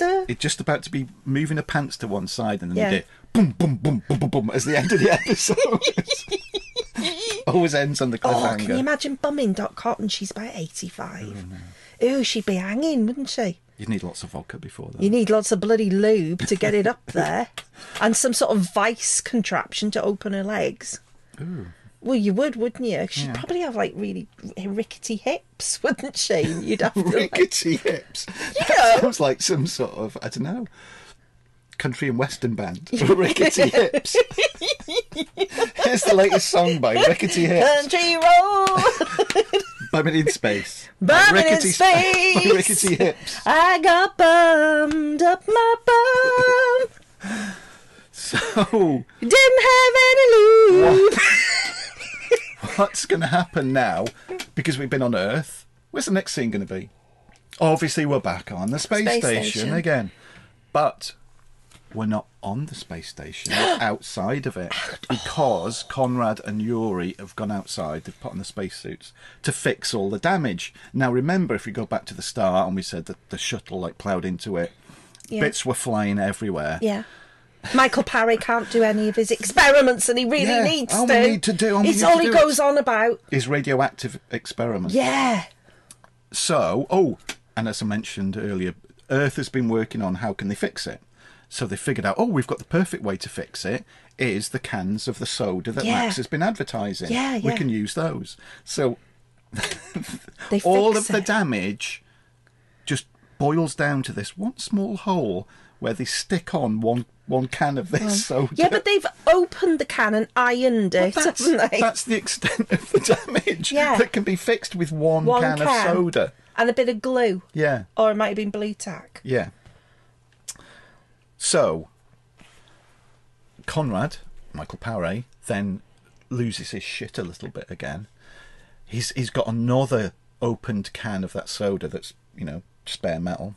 A: It's just about to be moving her pants to one side, and then
B: Yeah.
A: they did boom, boom, boom, boom, boom, boom as the end of the episode. Always ends on the
B: Oh, can you Oh,
A: cliffhanger.
B: imagine bumming Dot Cotton? She's about 85. Ooh, she'd be hanging, wouldn't she?
A: You'd need lots of vodka before that.
B: You need lots of bloody lube to get it up there and some sort of vice contraption to open her legs. Well, you would, wouldn't you? She'd probably have like really rickety hips, wouldn't she? You'd have to. Like,
A: Rickety hips. That sounds like some sort of I don't know country and western band. Rickety hips. Here's the latest song by Rickety Hips.
B: country road,
A: Bumming in space.
B: Bumming in
A: Rickety Sp- by
B: Space.
A: Rickety hips.
B: I got bummed up my bum.
A: So
B: Didn't have any lube.
A: what's going to happen now? Because we've been on Earth. Where's the next scene going to be? Obviously, we're back on the space,
B: Space
A: station,
B: station.
A: again, but we're not on the space station. we're outside of it because Conrad and Yuri have gone outside. They've put on the spacesuits to fix all the damage. Now, remember, if we go back to the start and we said that the shuttle like ploughed into it,
B: Yeah.
A: bits were flying everywhere.
B: Yeah. Michael Parry can't do any of his experiments, and he really
A: Yeah,
B: needs
A: all we
B: to.
A: need to do, all we
B: it's
A: need
B: all
A: to
B: he
A: do
B: goes
A: is-
B: on about.
A: Is radioactive experiments.
B: Yeah.
A: So, oh, and as I mentioned earlier, Earth has been working on how can they fix it. So they figured out, oh, we've got the perfect way to fix it is the cans of the soda that
B: Yeah.
A: Max has been advertising.
B: Yeah,
A: We
B: yeah.
A: can use those. So
B: They
A: all of
B: fix
A: the
B: it.
A: damage just boils down to this one small hole where they stick on one one can of this soda.
B: Yeah, but they've opened the can and ironed
A: But
B: it,
A: that's,
B: haven't they?
A: that's the extent of the damage
B: Yeah.
A: that can be fixed with one,
B: One
A: can,
B: can.
A: of soda.
B: and a bit of glue.
A: Yeah.
B: Or it might have been blue tack.
A: Yeah. So, Conrad, Michael Paré, then loses his shit a little bit again. He's he's got another opened can of that soda that's you know spare metal,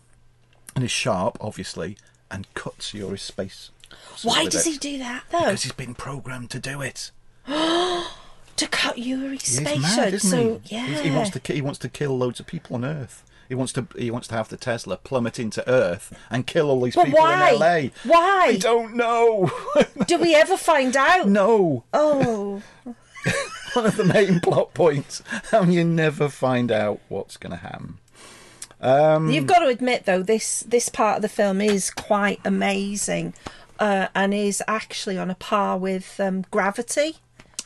A: and is sharp obviously, and cuts Yuri's space. suit
B: Why
A: with
B: does
A: it.
B: he do that, though?
A: Because he's been programmed to do it.
B: To cut Yuri's
A: He's
B: space
A: mad,
B: out.
A: isn't
B: So,
A: he?
B: yeah.
A: He's- He wants to ki- he wants to kill loads of people on Earth. He wants to he wants to have the Tesla plummet into Earth and kill all these
B: But
A: people
B: why?
A: in LA.
B: Why?
A: I don't know.
B: Do we ever find out?
A: no,
B: Oh.
A: one of the main plot points, and you never find out what's going to happen. Hmm.
B: You've got to admit, though, this this part of the film is quite amazing, uh, and is actually on a par with um, Gravity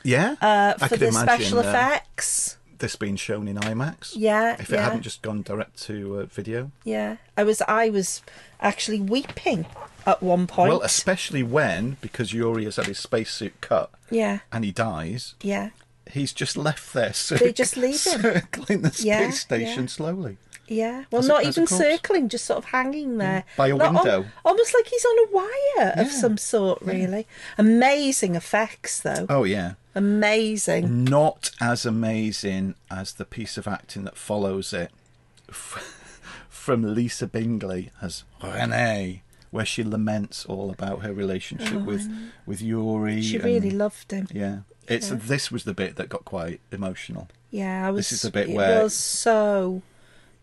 A: Yeah,
B: uh,
A: I
B: for
A: could
B: the
A: imagine,
B: special
A: uh,
B: effects.
A: This being shown in IMAX.
B: Yeah,
A: if it
B: yeah.
A: hadn't just gone direct to uh, video.
B: Yeah, I was I was actually weeping at one point.
A: Well, especially when because Yuri has had his spacesuit cut
B: yeah,
A: and he dies.
B: yeah,
A: He's just left there. Circ-
B: They just leave him.
A: circling the space
B: Yeah, yeah.
A: station slowly.
B: yeah. Well,
A: As a-
B: not
A: as a
B: even
A: corpse. Hmm.
B: circling, just sort of hanging there
A: By a
B: Like, al-
A: window.
B: almost like he's on a wire of some sort. Really amazing effects, though.
A: Oh yeah, Hmm.
B: Amazing.
A: not as amazing as the piece of acting that follows it f- from Lisa Bingley as Renee, where she laments all about her relationship with with Yuri.
B: Oh, She
A: and-
B: really loved him.
A: Yeah, it's this was the bit that got quite emotional.
B: Yeah, I was.
A: This is the bit
B: it
A: where-
B: was so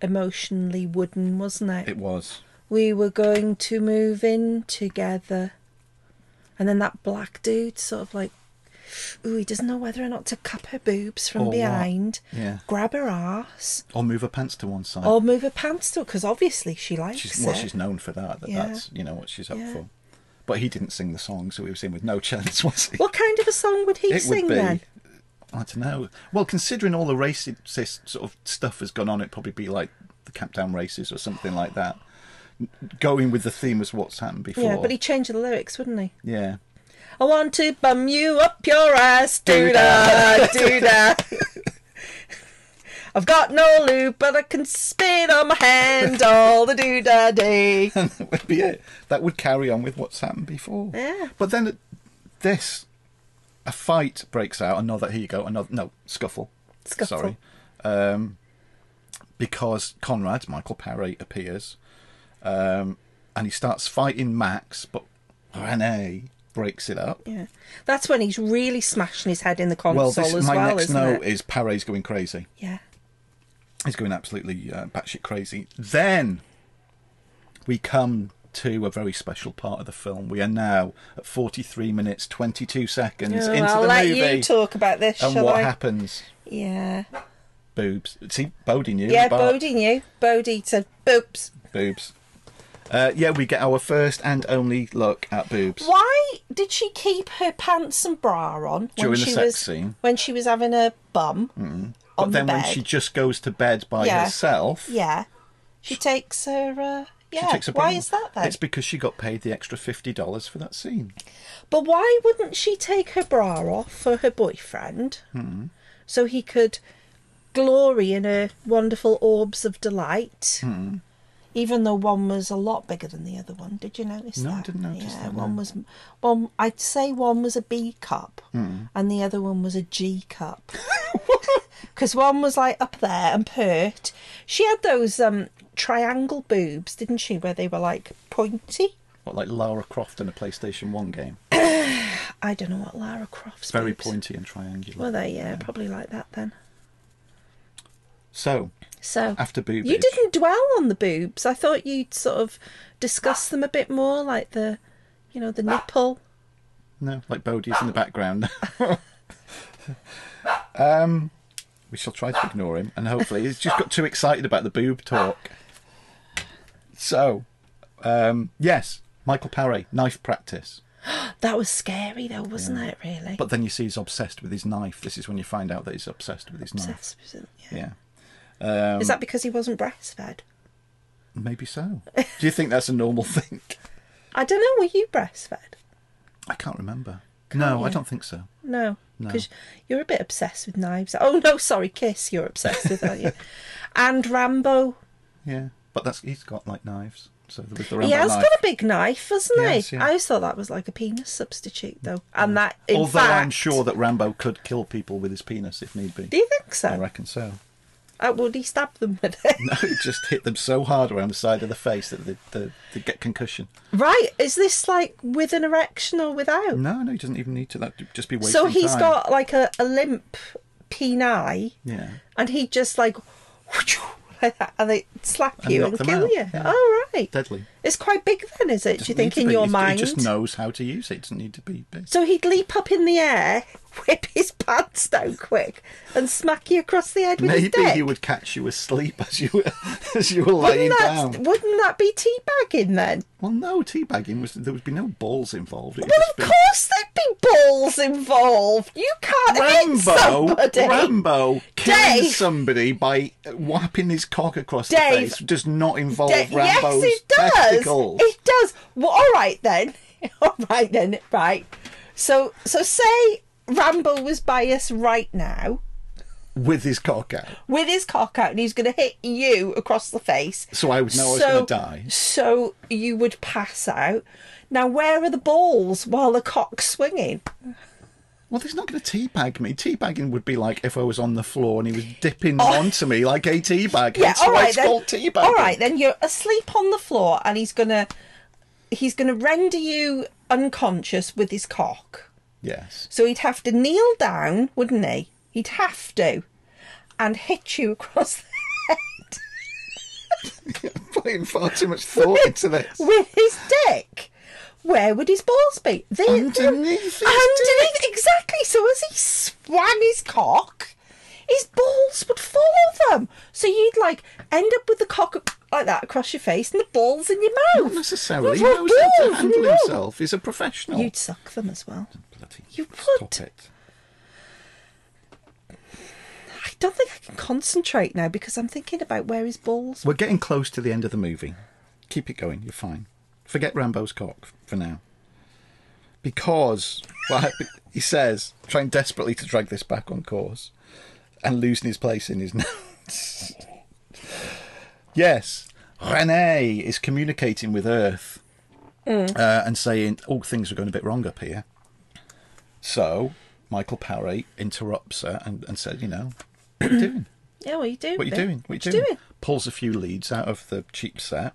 B: emotionally wooden, wasn't it?
A: It was.
B: We were going to move in together, and then that black dude sort of like ooh, he doesn't know whether or not to cup her boobs
A: Or
B: from
A: what.
B: behind,
A: Yeah.
B: grab her ass,
A: Or move her pants to one side.
B: or move her pants to because obviously she likes
A: she's,
B: it.
A: well, she's known for that. that
B: Yeah.
A: That's you know what she's up
B: Yeah.
A: for. But he didn't sing the song, so he was in with no chance, was he?
B: What kind of a song would he
A: it
B: sing
A: would be.
B: then?
A: I don't know. Well, considering all the racist sort of stuff has gone on, it'd probably be like the Countdown Races or something like that. Going with the theme as what's happened before.
B: Yeah, but he'd change the lyrics, wouldn't he?
A: Yeah.
B: I want to bum you up your ass, do da, do da. I've got no lube, but I can spit on my hand all the do da day.
A: that would be it. That would carry on with what's happened before.
B: Yeah.
A: But then it- this, a fight breaks out. Another here you go. Another no scuffle.
B: Scuffle.
A: Sorry. Um, because Conrad Michael Parry appears, um, and he starts fighting Max, but Rene breaks it up.
B: Yeah, that's when he's really smashing his head in the console
A: well, this
B: as
A: my
B: well,
A: next
B: isn't
A: note
B: it?
A: is Parry's going crazy.
B: Yeah,
A: He's going absolutely uh, batshit crazy. Then we come to a very special part of the film. We are now at 43 minutes 22 seconds
B: Oh,
A: into
B: I'll
A: the
B: let
A: movie.
B: you talk about this,
A: and
B: shall
A: what
B: I?
A: happens?
B: Yeah,
A: Boobs. See, Bodie knew.
B: yeah,
A: about
B: Bodie knew. Bodie said, "Boops."
A: Boobs. Uh, yeah, we get our first and only look at boobs.
B: Why did she keep her pants and bra on when
A: During the
B: she
A: sex
B: was
A: scene. Mm-hmm.
B: when she was having her bum on
A: But then
B: the bed?
A: when she just goes to bed by
B: Yeah.
A: herself,
B: Yeah. She takes her. Uh, yeah.
A: she takes a
B: why
A: bath.
B: is that then?
A: It's because she got paid the extra $50 for that scene.
B: But why wouldn't she take her bra off for her boyfriend
A: Hmm.
B: so he could glory in her wonderful orbs of delight?
A: Hmm.
B: Even though one was a lot bigger than the other one, did you notice
A: No, I
B: that?
A: didn't notice
B: yeah,
A: that,
B: One
A: no.
B: was one. I'd say one was a B cup,
A: Hmm.
B: and the other one was a G cup. Because one was like up there and pert. She had those um, triangle boobs, didn't she? Where they were like pointy.
A: What, like Lara Croft in a PlayStation 1 game?
B: I don't know what Lara Croft's
A: Very
B: boobs.
A: pointy and triangular.
B: Were they? Yeah, probably like that then.
A: So,
B: So
A: After boobage.
B: you didn't dwell on the boobs. I thought you'd sort of discuss them a bit more, like the, you know, the
A: Ah.
B: nipple.
A: no, like Bodie's in the background. um, we shall try to ignore him, and hopefully he's just got too excited about the boob talk. So, um, yes, Michael Parry, knife practice.
B: That was scary though, wasn't it? Really.
A: But then you see he's obsessed with his knife. This is when you find out that he's obsessed with his knife.
B: Obsessed, wasn't it?
A: Yeah,
B: Yeah.
A: Um,
B: Is that because he wasn't breastfed?
A: maybe so. Do you think that's a normal thing?
B: I don't know. Were you breastfed?
A: I can't remember. no, I don't think so.
B: No, because you're a bit obsessed with knives. Oh no, sorry, kiss. You're obsessed with, aren't you? And Rambo.
A: Yeah, but that's he's got like knives. So there was the
B: he
A: Rambo
B: has
A: knife.
B: got a big knife, hasn't
A: Yes,
B: he?
A: yeah. Mm.
B: I always thought that was like a penis substitute though, and that in
A: Although
B: fact,
A: I'm sure that Rambo could kill people with his penis if need be.
B: Do you think so?
A: I reckon so.
B: Uh, would he stab them with it?
A: No, it just hit them so hard around the side of the face that they, they, they get concussion.
B: Right, is this like with an erection or without?
A: No, no, he doesn't even need to. That would just be wasting
B: Oh. so he's
A: time.
B: got like a, a limp penile
A: yeah.
B: and he just like, like that, and they slap
A: And
B: you
A: knock
B: and
A: them
B: kill
A: out,
B: you.
A: yeah.
B: Oh, right.
A: Deadly.
B: It's quite big then, is it? Do you
A: Doesn't need
B: think
A: to
B: in
A: be.
B: your
A: He-
B: mind?
A: he just knows how to use it. It doesn't need to be. big.
B: So he'd leap up in the air, whip his pants down quick, and smack you across the head with his
A: Maybe
B: dick.
A: he would catch you asleep as you were, as you were laying
B: Wouldn't that,
A: down.
B: wouldn't that be teabagging then?
A: Well, no, teabagging was there would be no balls involved. It would
B: Well,
A: just
B: of
A: be-
B: course there'd be balls involved. You can't hit
A: Rambo,
B: somebody.
A: Rambo killing
B: Dave.
A: somebody by whapping his cock across the
B: Dave.
A: face does not involve
B: Da-
A: Oh, Rambo's
B: yes, it does.
A: testicles.
B: It does. Well, all right then. All right then. Right. So, so say Rambo was by us right now
A: with his cock out.
B: with his cock out, and he's going to hit you across the face.
A: So I would know I was
B: So-
A: going to die.
B: So you would pass out. Now, where are the balls while the cock's swinging?
A: Well, he's not going to teabag me. Teabagging would be like if I was on the floor and he was dipping onto me like a teabag.
B: Oh. Yeah,
A: That's
B: all
A: why
B: right
A: it's
B: then.
A: called teabagging.
B: All right then, you're asleep on the floor, and he's gonna he's gonna render you unconscious with his cock.
A: Yes.
B: So he'd have to kneel down, wouldn't he? He'd have to, and hit you across the head
A: Putting far too much thought into this.
B: with his dick. where would his balls be? They,
A: Underneath his
B: underneath, exactly. So as he swung his cock, his balls would follow them. So you'd like end up with the cock like that across your face and the balls in your mouth.
A: Not necessarily. He
B: With
A: knows how to
B: balls,
A: handle
B: no.
A: himself. He's a professional.
B: You'd suck them as well.
A: Bloody-
B: You
A: Stop
B: would.
A: it.
B: I don't think I can concentrate now because I'm thinking about where his balls.
A: We're getting close to the end of the movie. Keep it going. You're fine. Forget Rambo's cock for now. Because, well, he says, trying desperately to drag this back on course and losing his place in his notes. yes, Rene is communicating with Earth uh, and saying, oh, things are going a bit wrong up here. So Michael Parry interrupts her and, and said, you know, what are you doing?
B: Yeah, what are you doing?
A: What are you
B: babe?
A: doing? What are you doing? Pulls a few leads out of the cheap set.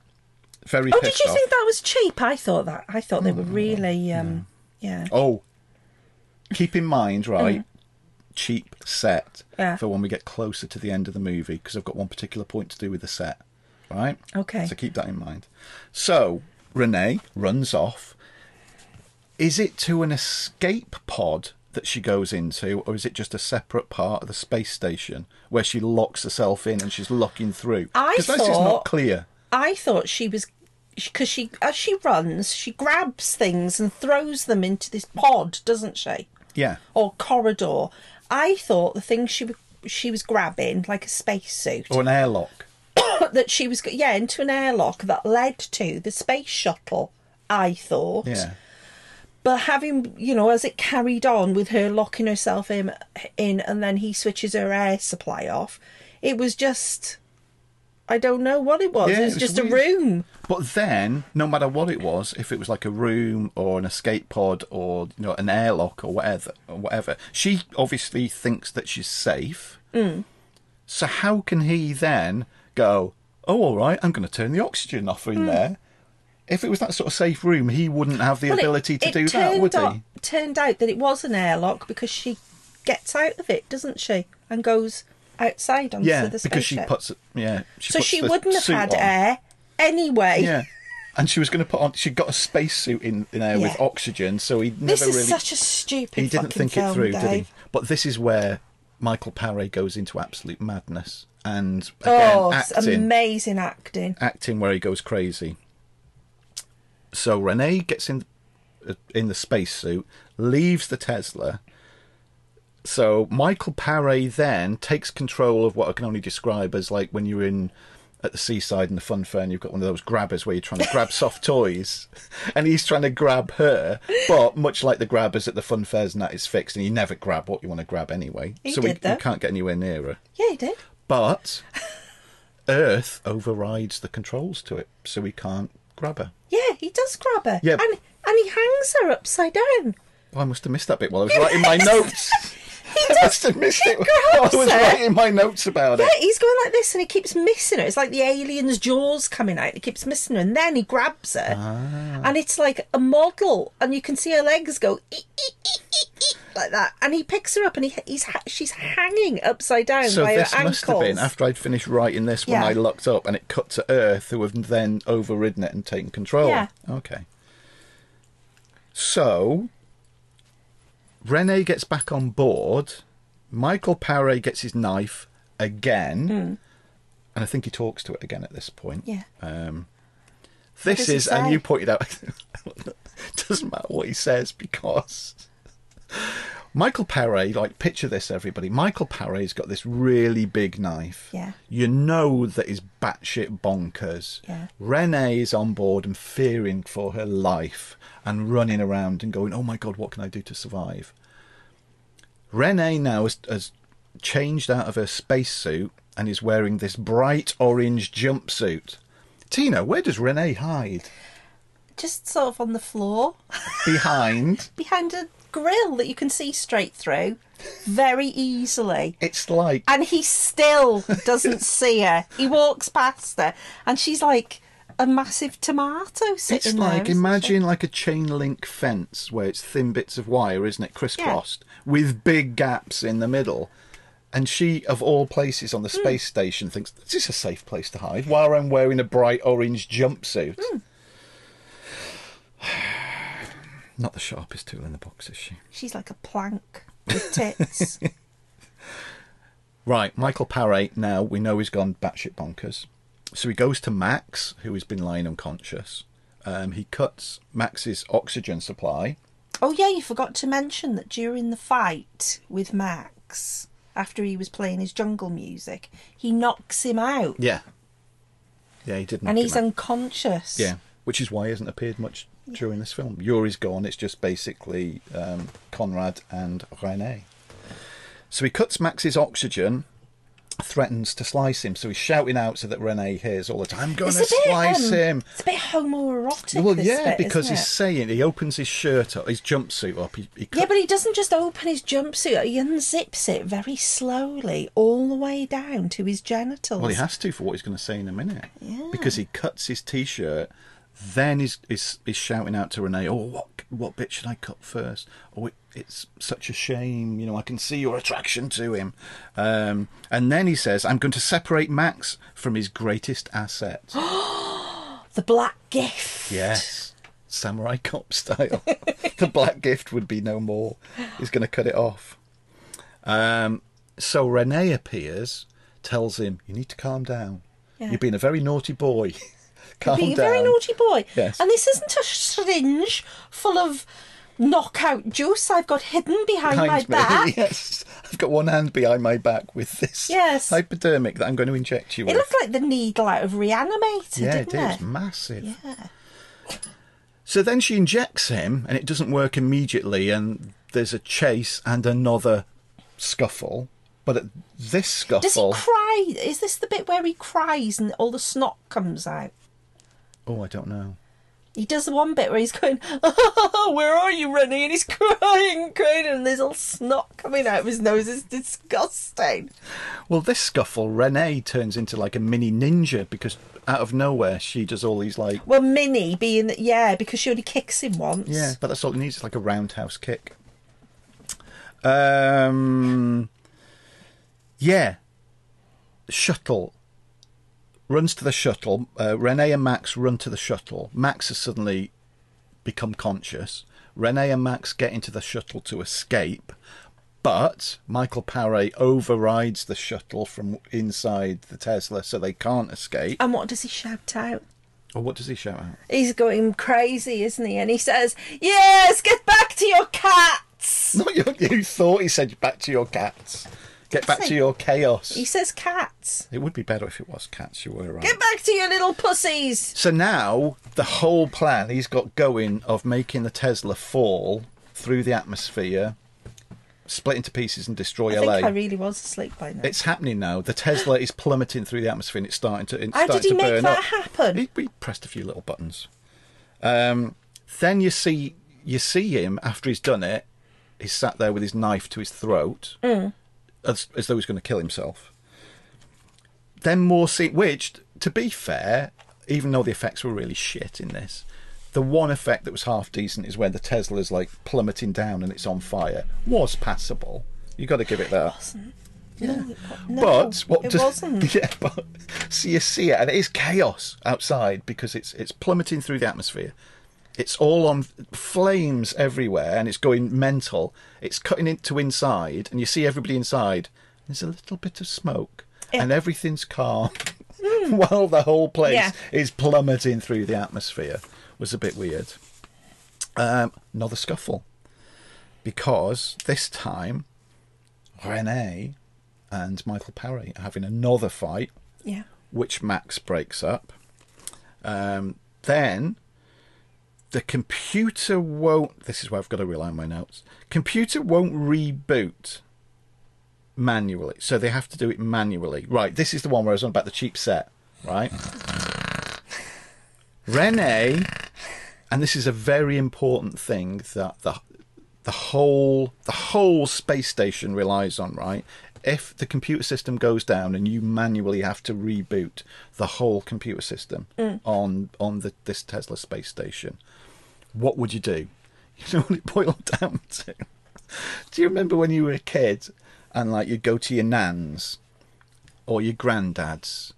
A: Very
B: Oh, did
A: pissed
B: you
A: off.
B: think that was cheap? I thought that. I thought they were really, um, yeah.
A: Oh, keep in mind, right? cheap set
B: Mm. Yeah.
A: for when we get closer to the end of the movie because I've got one particular point to do with the set, right?
B: Okay.
A: So keep that in mind. So Renee runs off. Is it to an escape pod that she goes into, or is it just a separate part of the space station where she locks herself in and she's locking through?
B: I
A: Because this is not
B: thought-
A: clear.
B: I thought she was because she as she runs, she grabs things and throws them into this pod, doesn't she?
A: Yeah.
B: Or corridor. I thought the thing she w- she was grabbing, like a spacesuit,
A: Or an airlock.
B: that she was g- yeah into an airlock that led to the space shuttle. I thought,
A: Yeah.
B: but having you know, as it carried on with her locking herself in, in, and then he switches her air supply off, it was just, I don't know what it was.
A: Yeah,
B: it was
A: it was
B: just a
A: weird.
B: room.
A: But then, no matter what it was, if it was like a room or an escape pod or you know an airlock or whatever, or whatever, she obviously thinks that she's safe.
B: Mm.
A: So how can he then go? Oh, all right, I'm going to turn the oxygen off
B: Mm.
A: in there. If it was that sort of safe room, he wouldn't have the
B: Well,
A: ability to do that,
B: turned
A: would
B: out-
A: he?
B: Turned out that it was an airlock because she gets out of it, doesn't she, and goes outside onto
A: Yeah,
B: the spaceship.
A: because she puts it. Yeah, she
B: so
A: puts
B: she
A: the
B: wouldn't have
A: suit
B: had
A: on.
B: air anyway.
A: Yeah. And she was going to put on. She got a spacesuit in, in there with
B: Yeah.
A: oxygen, so he never
B: This is
A: really.
B: such a stupid.
A: he didn't
B: fucking
A: think it
B: film,
A: through, did he?
B: Dave.
A: But this is where Michael Paré goes into absolute madness and again
B: oh, it's
A: acting,
B: amazing acting.
A: acting where he goes crazy. So Renee gets in uh, in the spacesuit, leaves the Tesla. So Michael Paré then takes control of what I can only describe as like when you're in at the seaside in the fun fair and you've got one of those grabbers where you're trying to grab soft toys and he's trying to grab her but much like the grabbers at the fun fairs and that is fixed and you never grab what you want to grab anyway
B: He
A: so we,
B: did, though.
A: we can't get anywhere near her
B: Yeah, he did.
A: but Earth overrides the controls to it, so we can't grab her.
B: Yeah, he does grab her.
A: Yeah.
B: and and he hangs her upside down.
A: Oh, I must have missed that bit while I was writing my notes.
B: He
A: I
B: does.
A: must have missed
B: he
A: it while
B: grabs
A: I was
B: her.
A: writing my notes about
B: Yeah,
A: it.
B: he's going like this and he keeps missing her. It's like the alien's jaws coming out. He keeps missing her and then he grabs her.
A: Ah.
B: And it's like a model and you can see her legs go ee, ee, ee, ee, ee, like that. And he picks her up and he, he's ha- she's hanging upside down
A: So
B: by her
A: this must
B: ankles.
A: have been after I'd finished writing this when
B: Yeah.
A: I looked up, and it cut to Earth, who have then overridden it and taken control.
B: Yeah.
A: Okay. So Rene gets back on board. Michael Paré gets his knife again, and I think he talks to it again at this point.
B: Hmm. Yeah.
A: Um, this
B: does he
A: is, and
B: say?
A: you pointed out, doesn't matter what he says because Michael Paré, like picture this, everybody. Michael Parré's got this really big knife.
B: Yeah.
A: You know that he's batshit bonkers.
B: Yeah.
A: Renee is on board and fearing for her life and running around and going, "Oh my god, what can I do to survive?" Renee now has, has changed out of her spacesuit and is wearing this bright orange jumpsuit. Tina, where does Renee hide?
B: Just sort of on the floor
A: Behind.
B: behind a grill that you can see straight through very easily.
A: It's like
B: and he still doesn't see her. He walks past her, and she's like a massive tomato sitting
A: It's
B: there,
A: like
B: isn't she?
A: imagine like a chain link fence where it's thin bits of wire, isn't it, crisscrossed with big gaps in the middle. And she, of all places on the space station, thinks this is a safe place to hide while I'm wearing a bright orange jumpsuit. Not the sharpest tool in the box, is she?
B: She's like a plank with tits.
A: Right, Michael Paré, now we know he's gone batshit bonkers. So he goes to Max, who has been lying unconscious. Um, he cuts Max's oxygen supply.
B: oh, yeah, you forgot to mention that during the fight with Max, after he was playing his jungle music, he knocks him out
A: Yeah. Yeah, he did knock
B: and
A: him
B: he's
A: out.
B: unconscious.
A: Yeah, which is why he hasn't appeared much during this film. Yuri's gone. It's just basically um, Conrad and Rene. So he cuts Max's oxygen, threatens to slice him. So he's shouting out so that Rene hears all the time. I'm going
B: It's
A: to
B: a bit,
A: slice
B: um,
A: him.
B: It's a bit homoerotic.
A: Well,
B: this
A: yeah,
B: bit,
A: because
B: isn't
A: he's
B: it?
A: saying he opens his shirt up, his jumpsuit up. He, he cut,
B: Yeah, but he doesn't just open his jumpsuit, he unzips it very slowly all the way down to his genitals.
A: well, he has to for what he's going to say in a minute. Yeah. Because he cuts his t-shirt, then he's, he's, he's shouting out to Renee, "Oh, what what bit should I cut first? Oh, it, it's such a shame. You know, I can see your attraction to him." Um, and then he says, "I'm going to separate Max from his greatest asset."
B: The black gift.
A: yes. Samurai cop style. the black gift would be no more. He's going to cut it off. Um, so Renee appears, tells him, You need to calm down.
B: Yeah.
A: You've been a very naughty boy. calm
B: Being a
A: down.
B: very naughty boy.
A: Yes.
B: And this isn't a syringe full of knockout juice I've got hidden behind, my
A: Behind me.
B: back.
A: yes. I've got one hand behind my back with this
B: Yes.
A: hypodermic that I'm going to inject you
B: It
A: with.
B: looked like the needle out of Reanimator,
A: yeah,
B: didn't
A: it is.
B: it?
A: Massive.
B: Yeah.
A: So then she injects him, and it doesn't work immediately, and there's a chase and another scuffle. But at this scuffle,
B: Does he cry? Is this the bit where he cries and all the snot comes out?
A: oh, I don't know.
B: He does the one bit where he's going, oh, where are you, Rennie? And he's crying, crying, and there's all snot coming out of his nose. It's disgusting.
A: Well, this scuffle, Renee turns into like a mini ninja because out of nowhere she does all these like
B: Well, Minnie being, yeah, because she only kicks him once.
A: yeah, but that's all it needs. It's like a roundhouse kick. Um, yeah. Shuttle runs to the shuttle. Uh, Renee and Max run to the shuttle. Max has suddenly become conscious. Renee and Max get into the shuttle to escape, but Michael Paré overrides the shuttle from inside the Tesla, so they can't escape.
B: And what does he shout out?
A: Or what does he shout out?
B: He's going crazy, isn't he? And he says, Yes, get back to your cats.
A: Not your, you thought he said back to your cats. Get back to your chaos.
B: He says, Cats.
A: It would be better if it was cats, you were right.
B: Get back to your little pussies.
A: So now the whole plan he's got going of making the Tesla fall through the atmosphere, split into pieces and destroy
B: I think
A: LA.
B: I really was asleep by now.
A: It's happening now. The Tesla is plummeting through the atmosphere and it's starting to it's
B: How
A: starting
B: did he
A: to
B: make
A: burn
B: that
A: up.
B: happen?
A: He, he pressed a few little buttons. Um, then you see you see him after he's done it. He's sat there with his knife to his throat,
B: Mm.
A: as as though he's going to kill himself. Then more see which, to be fair, even though the effects were really shit in this, the one effect that was half decent is where the Tesla is like plummeting down and it's on fire was passable. You got to give it that.
B: Oh, No,
A: But what
B: it
A: does-
B: wasn't.
A: Yeah, but so you see it, and it is chaos outside because it's it's plummeting through the atmosphere. It's all on flames everywhere, and it's going mental. It's cutting into inside, and you see everybody inside. There's a little bit of smoke, and everything's calm, while the whole place
B: Yeah.
A: is plummeting through the atmosphere. Was a bit weird. Um, another scuffle, because this time Rene and Michael Parry are having another fight,
B: Yeah.
A: which Max breaks up. Um, then the computer won't. This is where I've got to rely on my notes. Computer won't reboot manually, so they have to do it manually. Right, this is the one where I was on about the cheap set. Right, Rene, and this is a very important thing that the the whole the whole space station relies on right if the computer system goes down and you manually have to reboot the whole computer system on on the, this tesla space station what would you do you know what it boiled down to do you remember when you were a kid and like you'd go to your nan's or your granddad's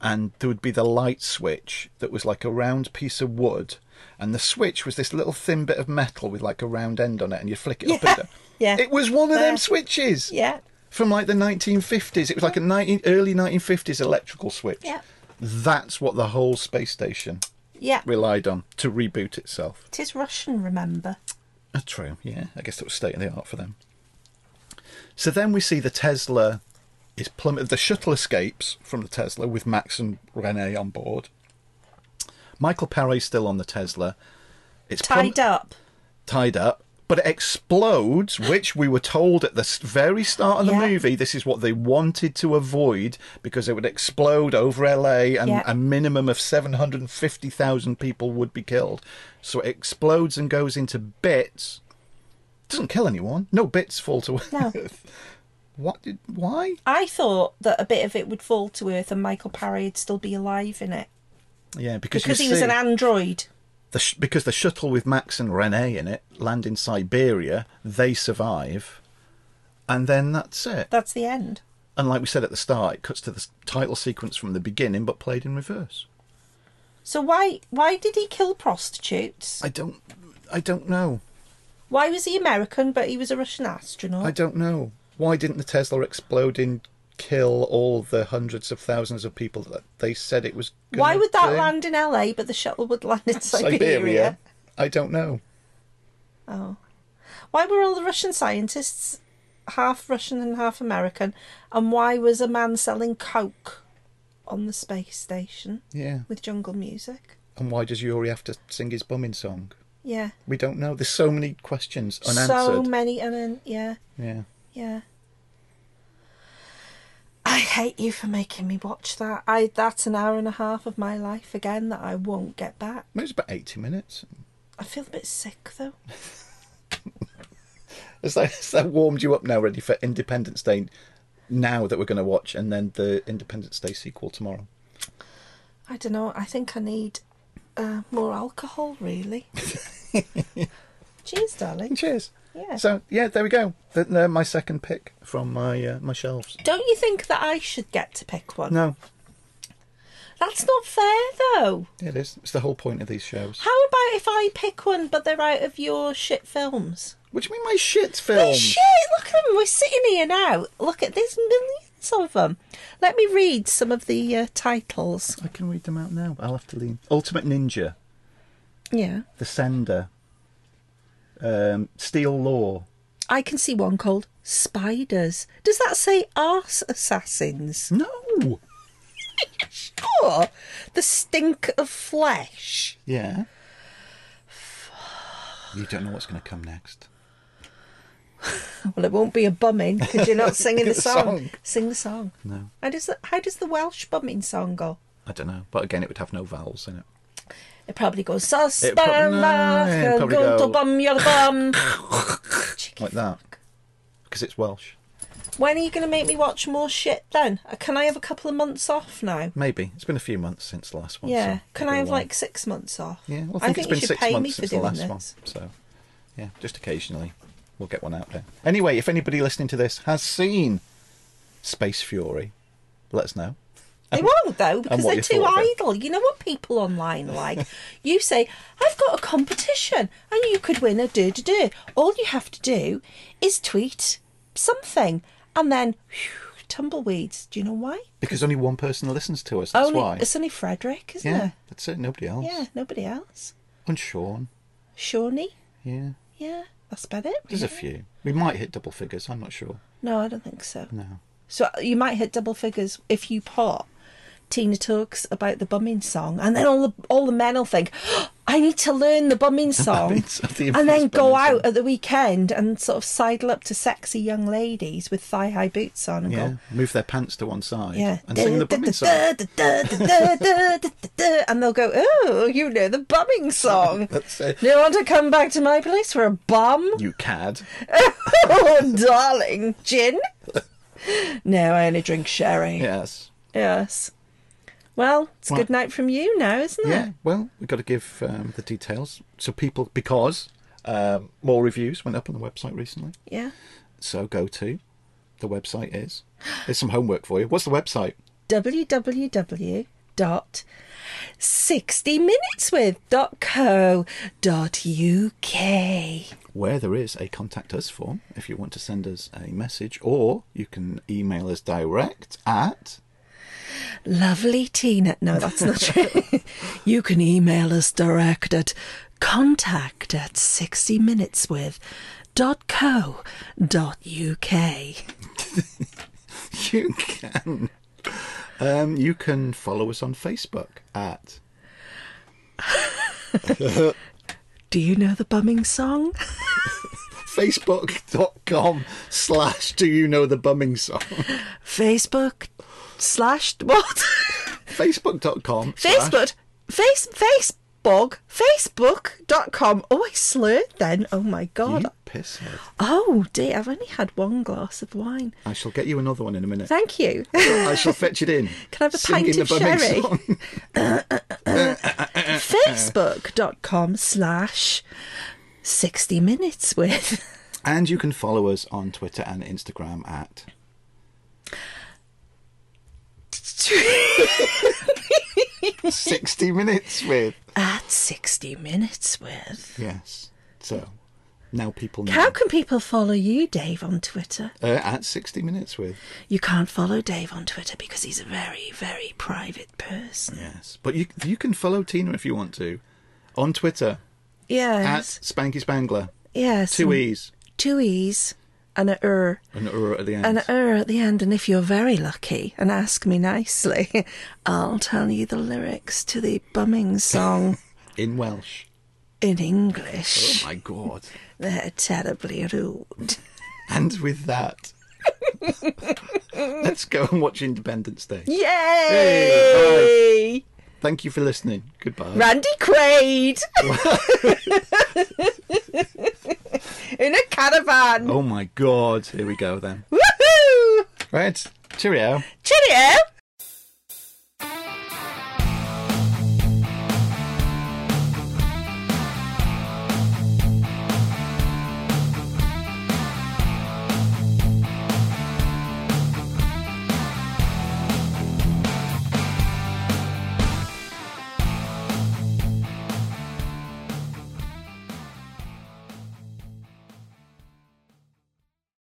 A: and there would be the light switch that was like a round piece of wood and the switch was this little thin bit of metal with like a round end on it, and you flick it up
B: Yeah,
A: and down.
B: yeah.
A: It was one of them
B: There.
A: switches.
B: Yeah.
A: From like the 1950s. It was like a 19, early 1950s electrical switch.
B: Yeah.
A: That's what the whole space station
B: Yeah.
A: relied on to reboot itself.
B: It is Russian, remember?
A: Uh, true, yeah. I guess that was state of the art for them. So then we see the Tesla is plummet. The shuttle escapes from the Tesla with Max and Rene on board. Michael Perry's still on the Tesla. It's plum-
B: Tied up.
A: tied up, but it explodes, which we were told at the s- very start of the
B: Yeah.
A: movie. This is what they wanted to avoid because it would explode over LA and
B: Yeah.
A: a minimum of 750,000 people would be killed. So it explodes and goes into bits. Doesn't kill anyone. No bits fall to
B: No.
A: earth. What did why?
B: I thought that a bit of it would fall to Earth and Michael Parry would still be alive in it.
A: Yeah, because,
B: Because
A: you
B: he was
A: see-
B: an android.
A: the sh- because the shuttle with Max and Rene in it land in Siberia, they survive, and then that's it.
B: That's the end.
A: And like we said at the start, it cuts to the s- title sequence from the beginning, but played in reverse.
B: So why why did he kill prostitutes?
A: I don't, I don't know.
B: Why was he American but he was a Russian
A: I
B: astronaut?
A: don't know. Why didn't the Tesla explode and kill all the hundreds of thousands of people that they said it was? Gonna
B: Why would that
A: do?
B: land in LA but the shuttle would land in Siberia?
A: I don't know.
B: Oh. Why were all the Russian scientists half Russian and half American? And why was a man selling coke on the space station
A: Yeah.
B: with jungle music?
A: And why does Yuri have to sing his bumming song?
B: Yeah.
A: We don't know. There's so many questions
B: So
A: unanswered.
B: many and then yeah,
A: yeah.
B: yeah. I hate you for making me watch that. I that's an hour and a half of my life again that I won't get back.
A: It was about 80 minutes.
B: I feel a bit sick though.
A: Has that, has that warmed you up now, ready for Independence Day now that we're going to watch, and then the Independence Day sequel tomorrow?
B: I don't know. I think I need uh, more alcohol really. Cheers, darling.
A: Cheers.
B: Yeah.
A: So, yeah, there we go. Th- They're my second pick from my uh, my shelves.
B: Don't you think that I should get to pick one?
A: No,
B: That's not fair, though.
A: it is. It's the whole point of these shows.
B: How about if I pick one, but they're out of your shit films?
A: What do you mean, my shit
B: They're
A: film?
B: shit! Look at them. We're sitting here now. Look at there's millions of them. Let me read some of the uh, titles.
A: I can read them out now. I'll have to lean. Ultimate Ninja,
B: Yeah,
A: The Sender, um, Steel Law.
B: I can see one called Spiders. Does that say Arse Assassins?
A: No.
B: Sure. The Stink of Flesh.
A: Yeah. You don't know what's going to come next.
B: Well, it won't be a bumming because you're not singing the,
A: The
B: song.
A: song.
B: Sing the song.
A: No.
B: How does the, how does the Welsh bumming song go?
A: I don't know. But again, it would have no vowels in it.
B: It probably goes
A: It prob- no, it'd
B: Sasbanach,
A: probably
B: going
A: go-
B: to bum your bum.
A: Like that. Because it's Welsh.
B: When are you going to make me watch more shit then? Uh, Can I have a couple of months off now?
A: Maybe. It's been a few months since the last one. so
B: yeah. Can
A: it'll
B: I have
A: be a while.
B: like six months off?
A: Yeah, well, I think,
B: I think
A: it's been
B: you should
A: six
B: pay
A: months
B: me for
A: since
B: doing
A: the last
B: this.
A: one. So, yeah, just occasionally we'll get one out there. Anyway, if anybody listening to this has seen Space Fury, let us know.
B: They won't though because
A: what
B: they're
A: you
B: too
A: thought of it.
B: idle. You know what people online are like? you say, "I've got a competition, and you could win a do do do." All you have to do is tweet something, and then whew, tumbleweeds. Do you know why?
A: Because only one person listens to us. That's
B: only
A: why.
B: it's only Frederick, isn't
A: yeah,
B: it?
A: that's it. Nobody else.
B: Yeah, nobody else.
A: And Sean.
B: Shawnee.
A: Yeah.
B: Yeah, that's about it.
A: There's a
B: really.
A: few. We might hit double figures. I'm not sure.
B: No, I don't think so.
A: No.
B: So you might hit double figures if you pot Tina talks about the bumming song, and then all the all the men will think, "I need to learn the bumming song,"
A: It's the infamous
B: and then go
A: bumming
B: out
A: song.
B: at the weekend and sort of sidle up to sexy young ladies with thigh high boots on and
A: Yeah.
B: go.
A: Move their pants to one side.
B: Yeah,
A: And sing the bumming song.
B: and they'll go, oh, you know the bumming song.
A: That's it.
B: Do you want to come back to my place for a bum?
A: You cad.
B: oh, darling, gin? No, I only drink sherry.
A: Yes.
B: Yes. Well, it's
A: Well-
B: good night from you now, isn't it?
A: Yeah, well, we've got to give um, the details. So people, because um, more reviews went up on the website recently.
B: Yeah.
A: So go to the website is. There's some homework for you. What's the website?
B: dot 60 minutes with dot co dot uk.
A: where there is a contact us form if you want to send us a message, or you can email us direct at
B: Lovely Tina. No, that's not true. you can email us direct at contact at 60 minutes with dot co dot uk.
A: you can. Um, you can follow us on Facebook at
B: Do you know the bumming song?
A: facebook.com slash do you know the bumming song
B: Facebook slash what?
A: facebook.com slash-
B: Facebook face Facebook Facebook.com. Oh I slurred then. Oh my god.
A: you pisshead
B: Oh dear, I've only had one glass of wine.
A: I shall get you another one in a minute
B: Thank you.
A: I shall fetch it in
B: Can I have a
A: Singing
B: pint of
A: the bumming
B: sherry?
A: song.
B: Facebook.com slash 60 minutes with
A: and you can follow us on Twitter and Instagram at sixty minutes with
B: at 60 minutes with.
A: yes so now people know
B: How can people follow you, Dave, on Twitter?
A: uh, at sixty minutes with
B: You can't follow Dave on Twitter because he's a very, very private person.
A: yes but you you can follow Tina if you want to on Twitter at
B: Yes.
A: Spanky Spangler
B: yes.
A: two E.
B: and
A: e's
B: Two E's and a er.
A: and er at the end
B: And a er at the end. And if you're very lucky and ask me nicely, I'll tell you the lyrics to the bumming song
A: in Welsh
B: in English.
A: Oh my god
B: They're terribly rude.
A: and with that let's go and watch Independence Day
B: Yay!
A: thank you for listening goodbye.
B: Randy Quaid in a caravan.
A: Oh my god, here we go then.
B: Woohoo!
A: Right, cheerio.
B: Cheerio!